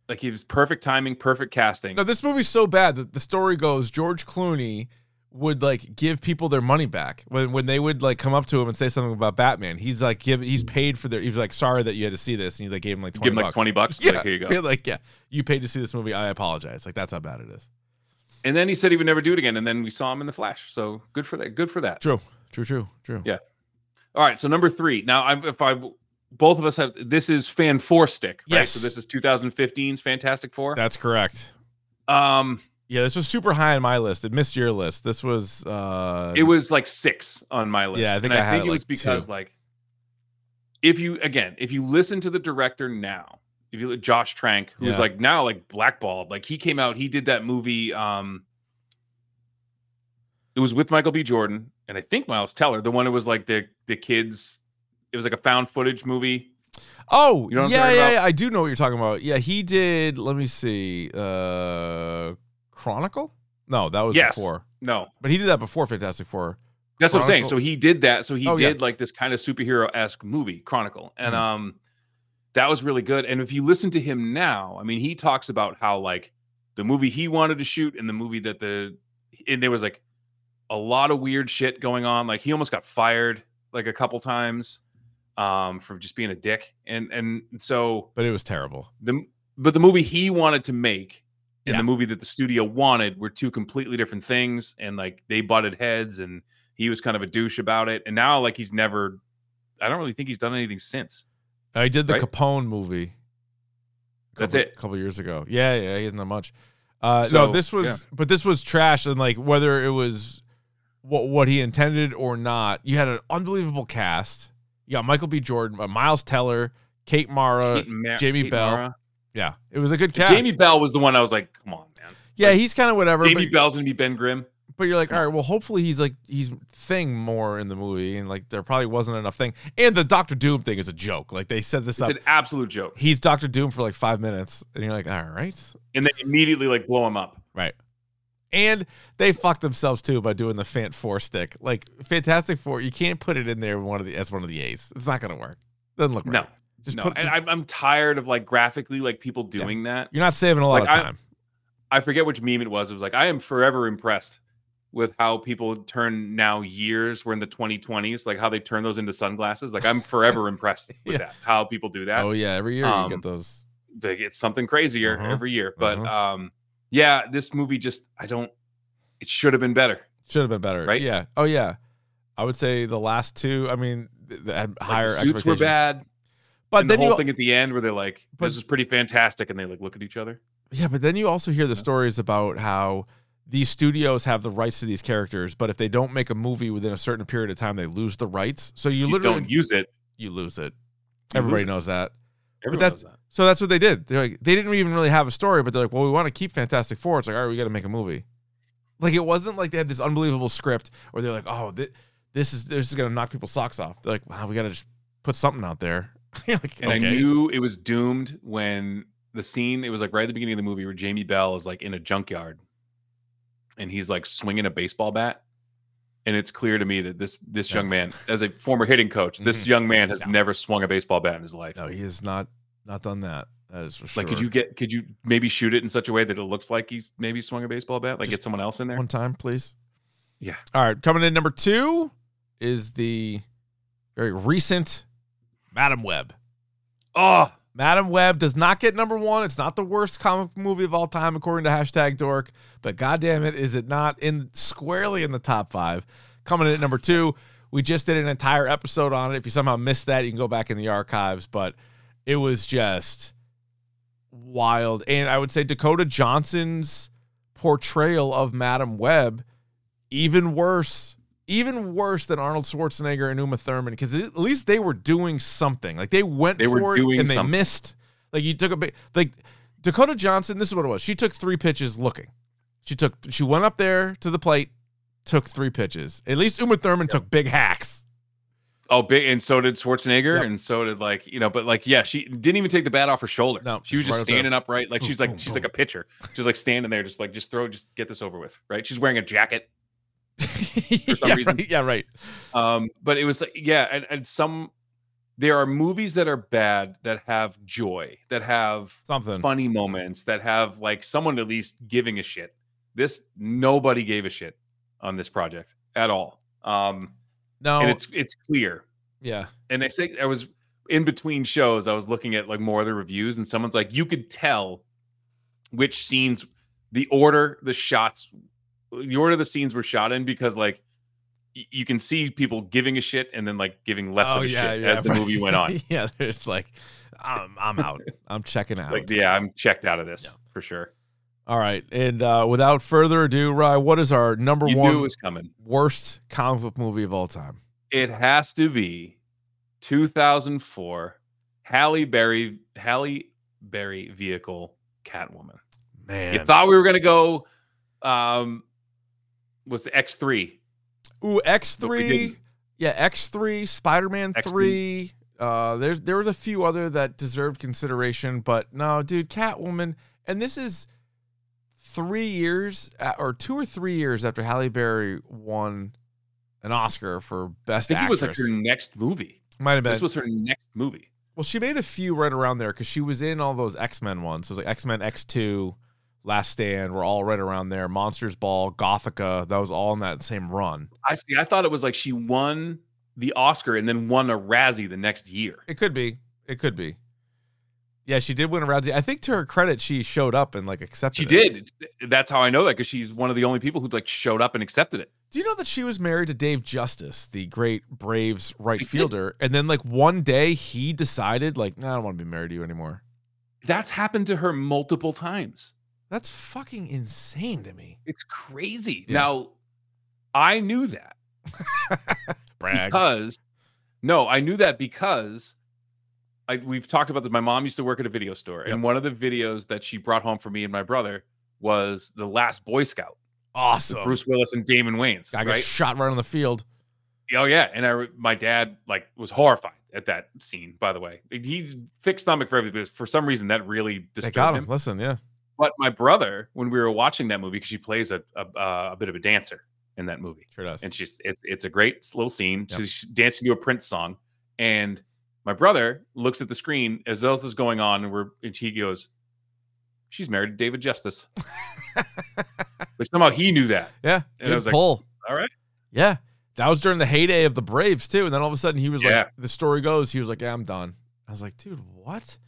D: Like he was perfect timing, perfect casting.
C: No, this movie's so bad that the story goes George Clooney would like give people their money back when when they would like come up to him and say something about Batman. He's like give he's paid for their he's like sorry that you had to see this and he like gave him like twenty
D: Give him like
C: bucks.
D: twenty bucks. be
C: Yeah,
D: like, here you go.
C: Be like yeah, you paid to see this movie. I apologize. Like that's how bad it is.
D: And then he said he would never do it again. And then we saw him in the Flash. So good for that. Good for that.
C: True, true, true, true.
D: Yeah. All right. So number three. Now, I, if I, both of us have this is Fan Four Stick. Right? So
C: Yes.
D: this is 2015's Fantastic Four.
C: That's correct.
D: um,
C: Yeah, this was super high on my list. It missed your list. This was uh
D: it was like six on my list.
C: Yeah, I think
D: and
C: I had
D: think
C: it
D: it was
C: like
D: because
C: two.
D: like if you again, if you listen to the director now, if you look Josh Trank, who's
C: Yeah.
D: like now like blackballed, like he came out, he did that movie. Um it was with Michael B. Jordan and I think Miles Teller, the one who was like the the kids, it was like a found footage movie.
C: Oh,
D: You know what I'm
C: yeah,
D: talking
C: yeah,
D: about?
C: yeah. I do know what you're talking about. Yeah, he did. Let me see. Uh Chronicle? No, that was
D: Yes.
C: before.
D: No,
C: But he did that before Fantastic Four.
D: That's what I'm saying. So
C: Chronicle.
D: he did that. So he
C: Oh, yeah.
D: did like this kind of superhero esque movie, Chronicle, and
C: Mhm.
D: um, that was really good. And if you listen to him now, I mean, he talks about how like the movie he wanted to shoot and the movie that the and there was like a lot of weird shit going on. Like he almost got fired like a couple times um for just being a dick, and and so
C: But it was terrible.
D: the but the movie he wanted to make and
C: Yeah.
D: the movie that the studio wanted were two completely different things and like they butted heads and he was kind of a douche about it and now like he's never i don't really think he's done anything since
C: I did the
D: Right?
C: Capone movie. a
D: That's
C: couple-
D: it.
C: couple years ago. Yeah, yeah, he hasn't done much. Uh,
D: So,
C: no, this was, but this was trash, and like whether it was what what he intended or not, you had an unbelievable cast. You got Michael B. Jordan, uh, Miles Teller, Kate Mara.
D: Kate Ma-
C: Uh, Jamie Bell.
D: Mara.
C: yeah, it was a good cast.
D: jamie bell was the one i was like come on man
C: yeah, he's kind of whatever.
D: jamie
C: but,
D: bell's gonna be ben grimm
C: but you're like, all right, well, hopefully he's like he's thing more in the movie, and like there probably wasn't enough thing. And the Doctor Doom thing is a joke. Like they set this
D: it's
C: up.
D: an absolute joke
C: he's Doctor Doom for like five minutes, and you're like, all right,
D: and then immediately like blow him up
C: Right. And they fucked themselves too by doing the Fant Four stick. Like Fantastic Four, you can't put it in there one of the as one of the A's. It's not gonna work. Doesn't look right.
D: no
C: Just
D: no
C: put.
D: and I'm, I'm tired of like graphically like people doing that
C: you're not saving a lot
D: Like,
C: of
D: I-
C: time.
D: i forget which meme it was it was like i am forever impressed with how people turn now years. We're in the 2020s, like how they turn those into sunglasses. Like I'm forever impressed with
C: Yeah.
D: that. How people do that.
C: Oh yeah, every year
D: Um,
C: you get those.
D: They get something crazier
C: Uh-huh,
D: every year. But
C: uh-huh.
D: um, yeah, this movie just I don't. It should have been better.
C: Should have been better,
D: Right?
C: Yeah. Oh yeah, I would say the last two. I mean, th- th- had
D: Like, the
C: higher
D: suits were
C: expectations.
D: bad.
C: But
D: and the
C: then
D: whole
C: you,
D: thing at the end where they're like,
C: but-
D: "This is pretty fantastic," and they like look at each other.
C: yeah, but then you also hear the stories about how these studios have the rights to these characters, but if they don't make a movie within a certain period of time, they lose the rights. So you,
D: You,
C: literally
D: don't use it.
C: you lose it.
D: You
C: Everybody
D: lose it.
C: knows that.
D: Everyone
C: that's-
D: knows that.
C: So that's what they did. They're like, they didn't even really have a story, but they're like, well, we want to keep Fantastic Four. It's like, all right, we got to make a movie. Like it wasn't like they had this unbelievable script, or they're like, oh, thi- this is this is gonna knock people's socks off. They're like, wow, we got to just put something out there. You're like,
D: And I
C: okay.
D: knew it was doomed when the scene. It was like right at the beginning of the movie where Jamie Bell is like in a junkyard, and he's like swinging a baseball bat. And it's clear to me that this this
C: Yeah.
D: young man, as a former hitting coach, this
C: Mhm.
D: young man has
C: No.
D: never swung a baseball bat in his life.
C: No, he has not not done that. That is for sure.
D: like, could you get? Could you maybe shoot it in such a way that it looks like he's maybe swung a baseball bat? Like,
C: Just
D: get someone else in there.
C: one time, please?
D: Yeah.
C: All right. Coming in number two is the very recent Madam Web.
D: Oh,
C: Madam Web does not get number one. It's not the worst comic movie of all time, according to hashtag dork. But goddamn it, is it not in squarely in the top five? Coming in at number two, we just did an entire episode on it. If you somehow missed that, you can go back in the archives. But it was just wild. And I would say Dakota Johnson's portrayal of Madam Web, even worse, even worse than Arnold Schwarzenegger and Uma Thurman, because at least they were doing something. Like they went
D: They were
C: for
D: doing
C: it and they
D: something.
C: missed. Like you took a big like Dakota Johnson, this is what it was. She took three pitches looking. She took she went up there to the plate, took three pitches. At least Uma Thurman took big hacks.
D: Oh, big, and so did Schwarzenegger,
C: Yep.
D: and so did like you know, but like yeah, she didn't even take the bat off her shoulder.
C: No,
D: she was just
C: just right up there.
D: standing upright, like
C: Boom,
D: she's like
C: boom,
D: she's like a pitcher, just like standing there, just like just throw, just get this over with, right? She's wearing a jacket,
C: For
D: some
C: yeah,
D: reason.
C: Right, yeah, right.
D: um, but it was like yeah, and, and some there are movies that are bad that have joy, that have
C: Something.
D: funny moments, that have like someone at least giving a shit. This nobody gave a shit on this project at all, um,
C: No.
D: and it's it's clear
C: yeah.
D: and I say I was in between shows, I was looking at like more of the reviews, and someone's like, you could tell which scenes, the order, the shots, the order the scenes were shot in because like y- you can see people giving a shit and then like giving less of a shit as the
C: Oh, right.
D: movie went on.
C: yeah, there's like, I'm, I'm out. I'm checking out.
D: like, yeah, I'm checked out of this
C: Yeah.
D: for sure.
C: All right. And uh, without further ado, Rye, what is our number
D: You
C: one
D: knew it was coming.
C: worst comic book movie of all time?
D: It has to be 2004 Halle Berry Halle Berry vehicle Catwoman.
C: Man.
D: You thought we were gonna go um was X three.
C: Ooh,
D: but we
C: X3.
D: didn't.
C: Yeah, X3, Spider Man
D: X3.
C: 3. Uh, there's there was a few other that deserved consideration, but no, dude, Catwoman, and this is three years uh, or two or three years after Halle Berry won an Oscar for
D: I
C: Best
D: think it was
C: Actress.
D: like her next movie.
C: Might have been
D: This was her next movie.
C: Well, she made a few right around there because she was in all those X Men ones. So it was like X Men X Two, Last Stand were all right around there. Monsters Ball, Gothica, that was all in that same run.
D: I see. I thought it was like she won the Oscar and then won a Razzie the next year.
C: It could be. It could be. Yeah, she did win a Razzie. I think to her credit, she showed up and like accepted.
D: She
C: it.
D: did. That's how I know that because she's one of the only people who like showed up and accepted it.
C: Do you know that she was married to Dave Justice, the great Braves
D: I
C: right
D: did.
C: fielder? And then like one day he decided, like, nah, I don't want to be married to you anymore.
D: That's happened to her multiple times.
C: That's fucking insane to me.
D: It's crazy.
C: Yeah.
D: Now, I knew that.
C: Brag.
D: because no, I knew that because I we've talked about that. My mom used to work at a video store, and one of the videos that she brought home for me and my brother was the Last Boy Scout,
C: Awesome.
D: Bruce Willis and Damon Wayans.
C: I got
D: right?
C: shot right on the field.
D: oh yeah, and I re- my dad like was horrified at that scene. By the way, he's thick stomach for everything, but for some reason that really
C: They
D: disturbed
C: got
D: him.
C: him. Listen, yeah.
D: But my brother, when we were watching that movie, because she plays a, a a bit of a dancer in that movie.
C: Sure does.
D: and she's it's it's a great little scene.
C: Yep.
D: She's dancing to a Prince song, and my brother looks at the screen as else is going on, and we're and he goes, "She's married to David Justice." Like somehow he knew that.
C: Yeah,
D: And I
C: good
D: was like,
C: pull.
D: all right.
C: Yeah, that was during the heyday of the Braves too. And then all of a sudden, he was
D: Yeah.
C: like, the story goes, he was like, "Yeah, I'm done." I was like, "Dude, what?"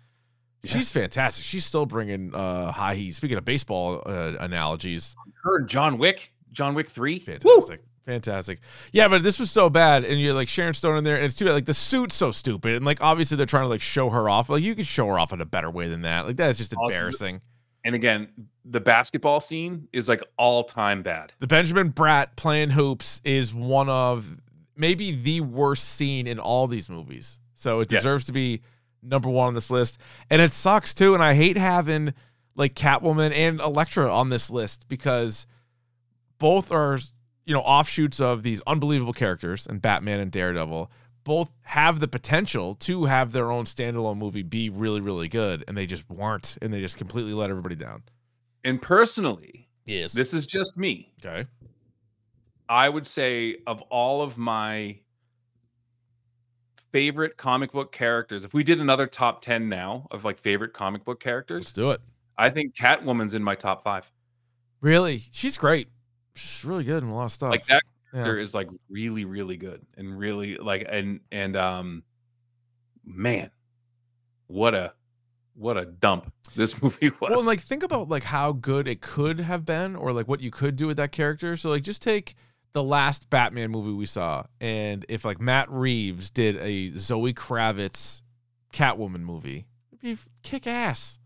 C: She's fantastic. She's still bringing uh, high heat. Speaking of baseball uh, analogies,
D: Her and John Wick, John Wick three.
C: fantastic, fantastic. Yeah, but this was so bad, and you're like Sharon Stone in there, and it's too bad. Like the suit's so stupid, and like obviously they're trying to like show her off. Like you could show her off in a better way than that. Like that's just
D: Also-
C: embarrassing.
D: And again, the basketball scene is like all time bad.
C: The Benjamin Bratt playing hoops is one of maybe the worst scene in all these movies. So it
D: Yes.
C: deserves to be number one on this list. And it sucks too. And I hate having like Catwoman and Elektra on this list because both are, you know, offshoots of these unbelievable characters and Batman and Daredevil. Both have the potential to have their own standalone movie be really, really good. And they just weren't. And they just completely let everybody down.
D: And personally,
C: Yes.
D: this is just me.
C: okay.
D: I would say of all of my favorite comic book characters, if we did another top 10 now of like favorite comic book
C: Let's
D: characters,
C: do it.
D: I think Catwoman's in my top five.
C: Really, she's great. She's really good in a lot of stuff.
D: Like that
C: Oh, Yeah.
D: character is like really, really good and really like and and um man, what a what a dump this movie was.
C: Well, and like think about like how good it could have been, or like what you could do with that character. So like just take the last Batman movie we saw, and if like Matt Reeves did a Zoe Kravitz Catwoman movie, it'd be kick ass.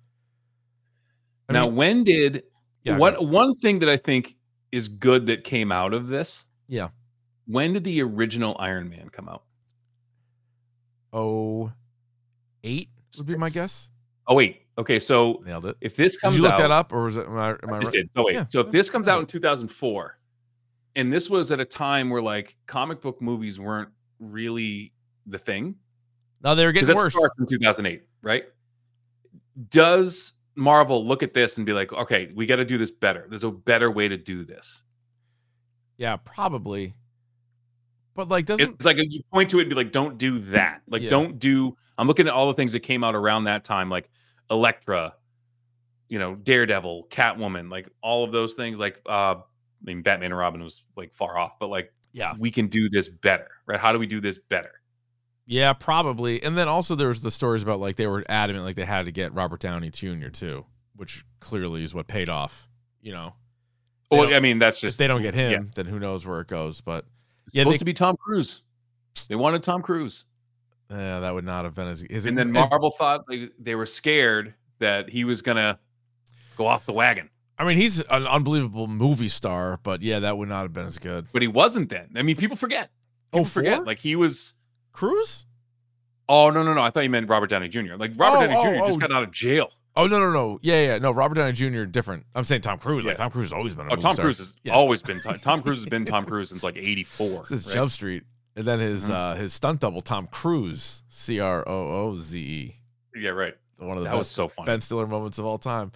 C: I
D: now
C: mean-
D: when did
C: Yeah,
D: what one thing that I think is good that came out of this?
C: Yeah.
D: When did the original Iron Man come out?
C: Oh, eight would be my
D: Six.
C: guess.
D: Oh wait. Okay, so
C: Nailed it.
D: if this
C: Did
D: comes
C: you look
D: out,
C: that up, or was it? Am I, am I
D: I just
C: right?
D: did. So Oh, wait.
C: Yeah.
D: So if this comes out in 2004, and this was at a time where like comic book movies weren't really the thing,
C: No, they were
D: because
C: getting
D: that
C: worse.
D: starts in 2008, right? Does Marvel look at this and be like, okay, we got to do this better. There's a better way to do this.
C: Yeah, probably. But like, doesn't
D: It's like you point to it and be like, don't do that. Like,
C: Yeah.
D: don't do. I'm looking at all the things that came out around that time, like Elektra, you know, Daredevil, Catwoman, like all of those things. Like, uh, I mean, Batman and Robin was like far off, but like,
C: yeah,
D: we can do this better, right? How do we do this better?
C: Yeah, probably. And then also there was the stories about like they were adamant like they had to get Robert Downey Jr. too, which clearly is what paid off. You know, They
D: Well,
C: don't-
D: I mean, that's
C: if
D: just
C: they don't get him, then who knows where it goes? But
D: it's
C: yeah,
D: supposed
C: they-
D: to be Tom Cruise. They wanted Tom Cruise,
C: uh, that would not have been as. Is it,
D: and then
C: is-
D: Marvel thought they, they were scared that he was gonna go off the wagon,
C: I mean, he's an unbelievable movie star, but yeah, that would not have been as good.
D: but he wasn't. Then I mean, people forget.
C: Oh,
D: People forget.
C: four?
D: Like he was.
C: Cruz?
D: Oh no no no! I thought you meant Robert Downey Jr. Like Robert
C: Oh,
D: Downey
C: oh,
D: Jr.
C: oh.
D: just got out of jail.
C: Oh no no no yeah yeah no Robert Downey Jr. different. I'm saying Tom Cruise. Like
D: Yeah.
C: Tom Cruise has always been. A
D: Oh,
C: movie
D: Tom
C: star.
D: Cruise has
C: Yeah.
D: always been Tom, Tom Cruise has been Tom Cruise since like '84.
C: This is
D: right?
C: Jump Street, and then his
D: Mhm.
C: uh his stunt double Tom Cruise C R O O Z E.
D: Yeah, right.
C: One of the
D: That was
C: best
D: so funny.
C: Ben Stiller moments of all time.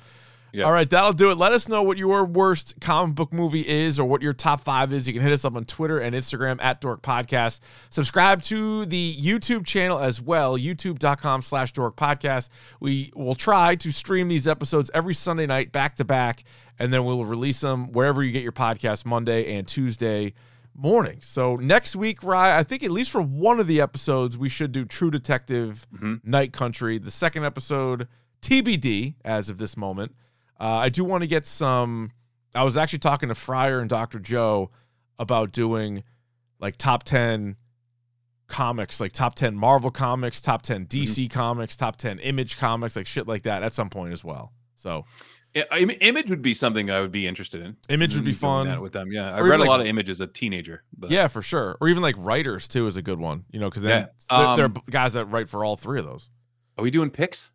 D: Yeah.
C: All right, that'll do it. Let us know what your worst comic book movie is or what your top five is. You can hit us up on Twitter and Instagram at Dork Podcast. Subscribe to the YouTube channel as well, youtube.com slash dork podcast. We will try to stream these episodes every Sunday night back to back, and then we'll release them wherever you get your podcast Monday and Tuesday morning. So next week, Rye, I think at least for one of the episodes, we should do True Detective
D: Mhm.
C: Night Country. The second episode, TBD, as of this moment. Uh, I do want to get some. I was actually talking to Fryer and Dr. Joe about doing like top 10 comics, like top 10 Marvel comics, top
D: Mm-hmm.
C: 10 DC comics, top 10 image comics, like shit like that at some point as well. So,
D: Yeah, I- image would be something I would be interested in. Mm-hmm.
C: image would be
D: doing that
C: fun.
D: with uh, them. Yeah, I
C: Or
D: read a
C: even like-
D: lot of images as a teenager. But
C: Yeah, for sure. Or even like writers too is a good one, you know, because then
D: Yeah.
C: there- there
D: Um,
C: are guys that write for all three of those.
D: are we doing picks?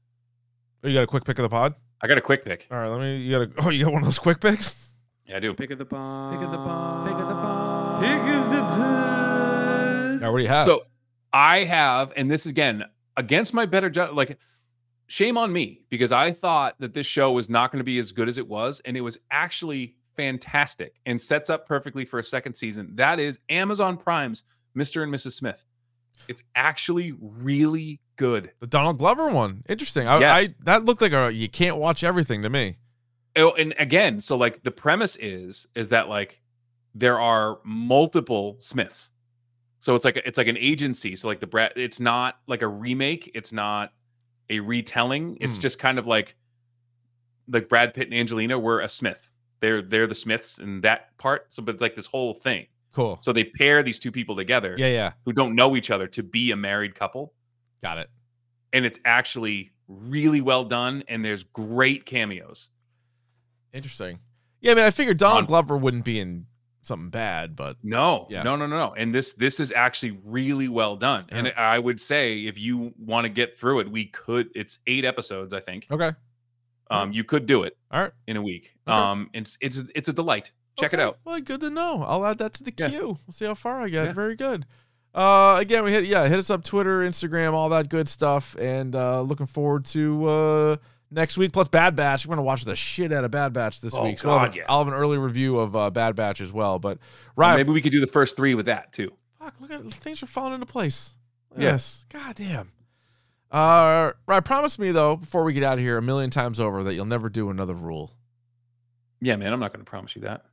C: Oh, you got a quick pick of the pod?
D: I got a quick pick.
C: All right, let me. You got a. Oh, you got one of those quick picks.
D: Yeah, I do.
E: Pick of the bomb. Pick of the bomb. Pick of the bomb. Pick of the
C: All
E: bomb.
C: right, what do you have?
D: So I have, and this again against my better judgment. Like, shame on me because I thought that this show was not going to be as good as it was, and it was actually fantastic and sets up perfectly for a second season. That is Amazon Prime's Mr. and Mrs. Smith. It's actually really good.
C: the Donald Glover one, interesting. I,
D: Yes.
C: I that looked like a you can't watch everything to me.
D: oh, and again, so like the premise is is that like there are multiple Smiths. So it's like it's like an agency. So like the Brad, it's not like a remake. It's not a retelling. It's
C: Hmm.
D: just kind of like like Brad Pitt and Angelina were a Smith. They're they're the Smiths in that part. So but like this whole thing.
C: Cool.
D: So they pair these two people together
C: Yeah, yeah.
D: who don't know each other to be a married couple.
C: Got it.
D: And it's actually really well done. And there's great cameos.
C: Interesting. Yeah, I mean, I figured Donald
D: On-
C: Glover wouldn't be in something bad, but
D: No,
C: Yeah.
D: no, no, no, no. And this this is actually really well done. And
C: Yeah.
D: I would say if you want to get through it, we could. It's eight episodes, I think.
C: okay.
D: Um, you could do it
C: All right.
D: in a week.
C: Okay.
D: Um, it's it's it's a delight. Check
C: Okay.
D: it out.
C: Well, good to know. I'll add that to the
D: Yeah.
C: queue. We'll see how far I get.
D: Yeah.
C: Very good. Uh, again, we hit yeah, hit us up Twitter, Instagram, all that good stuff, and uh, looking forward to uh, next week. Plus, Bad Batch. We're gonna watch the shit out of Bad Batch this
D: Oh,
C: week. I'll, have
D: God,
C: an,
D: yeah.
C: I'll have an early review of uh, Bad Batch as well. But
D: Right.
C: Ryan,
D: maybe we could do the first three with that too.
C: Fuck, look at things are falling into place.
D: Yeah.
C: Yes. God damn. Uh right, promise me though, before we get out of here a million times over, that you'll never do another rule.
D: Yeah, man. I'm not going to promise you that.